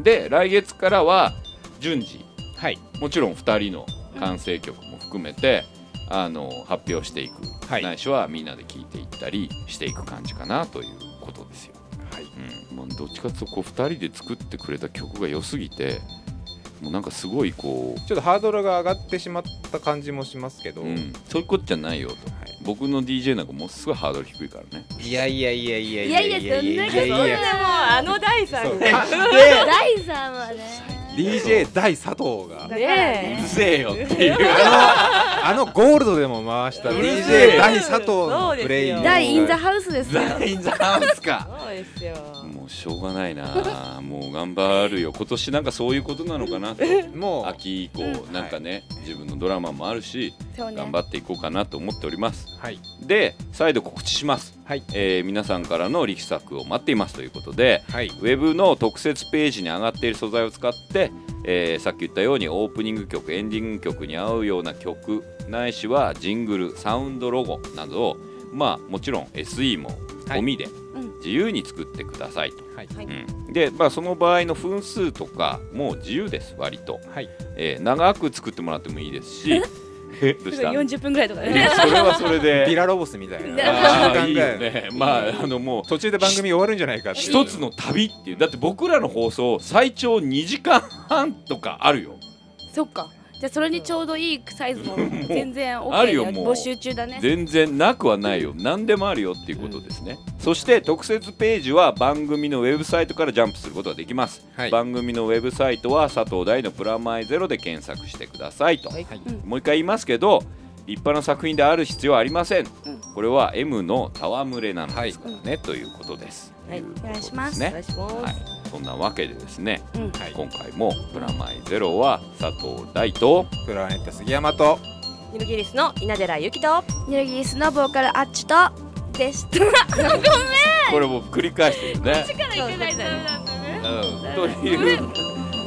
Speaker 2: で来月からは順次
Speaker 4: はい
Speaker 2: もちろん2人の完成曲も含めて、あの発表していく、
Speaker 4: はい
Speaker 2: ないしはみんなで聴いていったりしていく感じかなということですよ、
Speaker 4: はい
Speaker 2: うんまあ、どっちかっていうとこう2人で作ってくれた曲が良すぎてもうなんかすごいこ
Speaker 4: ちょっとハードルが上がってしまった感じもしますけ
Speaker 2: う、
Speaker 4: ど、
Speaker 2: うん、そういうことじゃないよと
Speaker 4: はい
Speaker 2: 僕の DJ なんかもうすごいハードル低いからね
Speaker 4: いやいやいやいや
Speaker 5: いやいやそんなことない
Speaker 4: いやいや
Speaker 3: でもあの第三
Speaker 4: そう
Speaker 3: ね
Speaker 4: で
Speaker 5: 第三はね
Speaker 4: DJ 大佐藤が
Speaker 5: だから
Speaker 2: う
Speaker 5: ね
Speaker 2: るせえよっていう
Speaker 4: あのゴールドでも回した
Speaker 3: うるせえ
Speaker 4: DJ 大佐藤のプレイ
Speaker 3: そうですよ
Speaker 5: 第インザハウスですよ
Speaker 2: ザ・イン・ザ・ハウスか
Speaker 3: そうですよ
Speaker 2: もうしょうがないなもう頑張るよ今年なんかそういうことなのかなと
Speaker 4: もう
Speaker 2: 秋以降なんかね、自分のドラマもあるし
Speaker 5: そうね
Speaker 2: 頑張っていこうかなと思っております
Speaker 4: はい
Speaker 2: で再度告知します、
Speaker 4: はい
Speaker 2: えー皆さんからの力作を待っていますということで
Speaker 4: はい
Speaker 2: ウェブの特設ページに上がっている素材を使って、えーさっき言ったようにオープニング曲エンディング曲に合うような曲ないしはジングルサウンドロゴなどをまあもちろん SE も込みで
Speaker 5: うん
Speaker 2: 自由に作ってくださいと
Speaker 4: はい
Speaker 3: はい
Speaker 2: うんで、まあ、その場合の分数とかもう自由です割と、
Speaker 4: はい
Speaker 2: えー長く作ってもらってもいいです しえどうした
Speaker 3: 40分ぐらいとか
Speaker 2: いや
Speaker 3: ね。
Speaker 2: それはそれ で
Speaker 4: ビラロボスみたいな
Speaker 2: あーい
Speaker 4: 瞬
Speaker 2: いよ
Speaker 4: 間が
Speaker 2: ねまああのもう
Speaker 4: 途中で番組終わるんじゃないかっていう
Speaker 2: 一つの旅っていうだって僕らの放送最長2時間半とかあるよ
Speaker 5: そっかじゃあそれにちょうどいいサイズ も全然 OK
Speaker 2: あるよもう
Speaker 5: 募集中だね
Speaker 2: 全然なくはないよ何でもあるよっていうことですね、そして特設ページは番組のウェブサイトからジャンプすることができます、
Speaker 4: はい
Speaker 2: 番組のウェブサイトは佐藤大のプラマイゼロで検索してくださいと、
Speaker 4: はい
Speaker 2: もう一回言いますけど立派な作品である必要はありません、これは M の戯れなのですからね、ということです、
Speaker 3: はい
Speaker 2: とうこと
Speaker 5: お願い
Speaker 2: です
Speaker 5: します
Speaker 2: ね
Speaker 3: お願いしま
Speaker 2: はい
Speaker 3: す。、
Speaker 2: そんなわけでですね、
Speaker 5: うん
Speaker 4: はい
Speaker 2: 今回も「プラマイゼロ」は佐藤大と
Speaker 4: プラネット杉山と
Speaker 3: ニルギリスの稲寺由紀と。
Speaker 5: ニルギースのボーカルアッチとでした
Speaker 2: これもう繰り返してるね。
Speaker 5: 力いけないとダメなんだね
Speaker 2: うん、という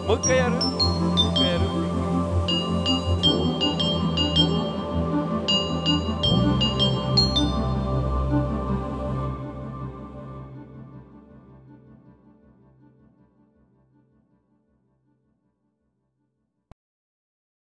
Speaker 2: もう一回やる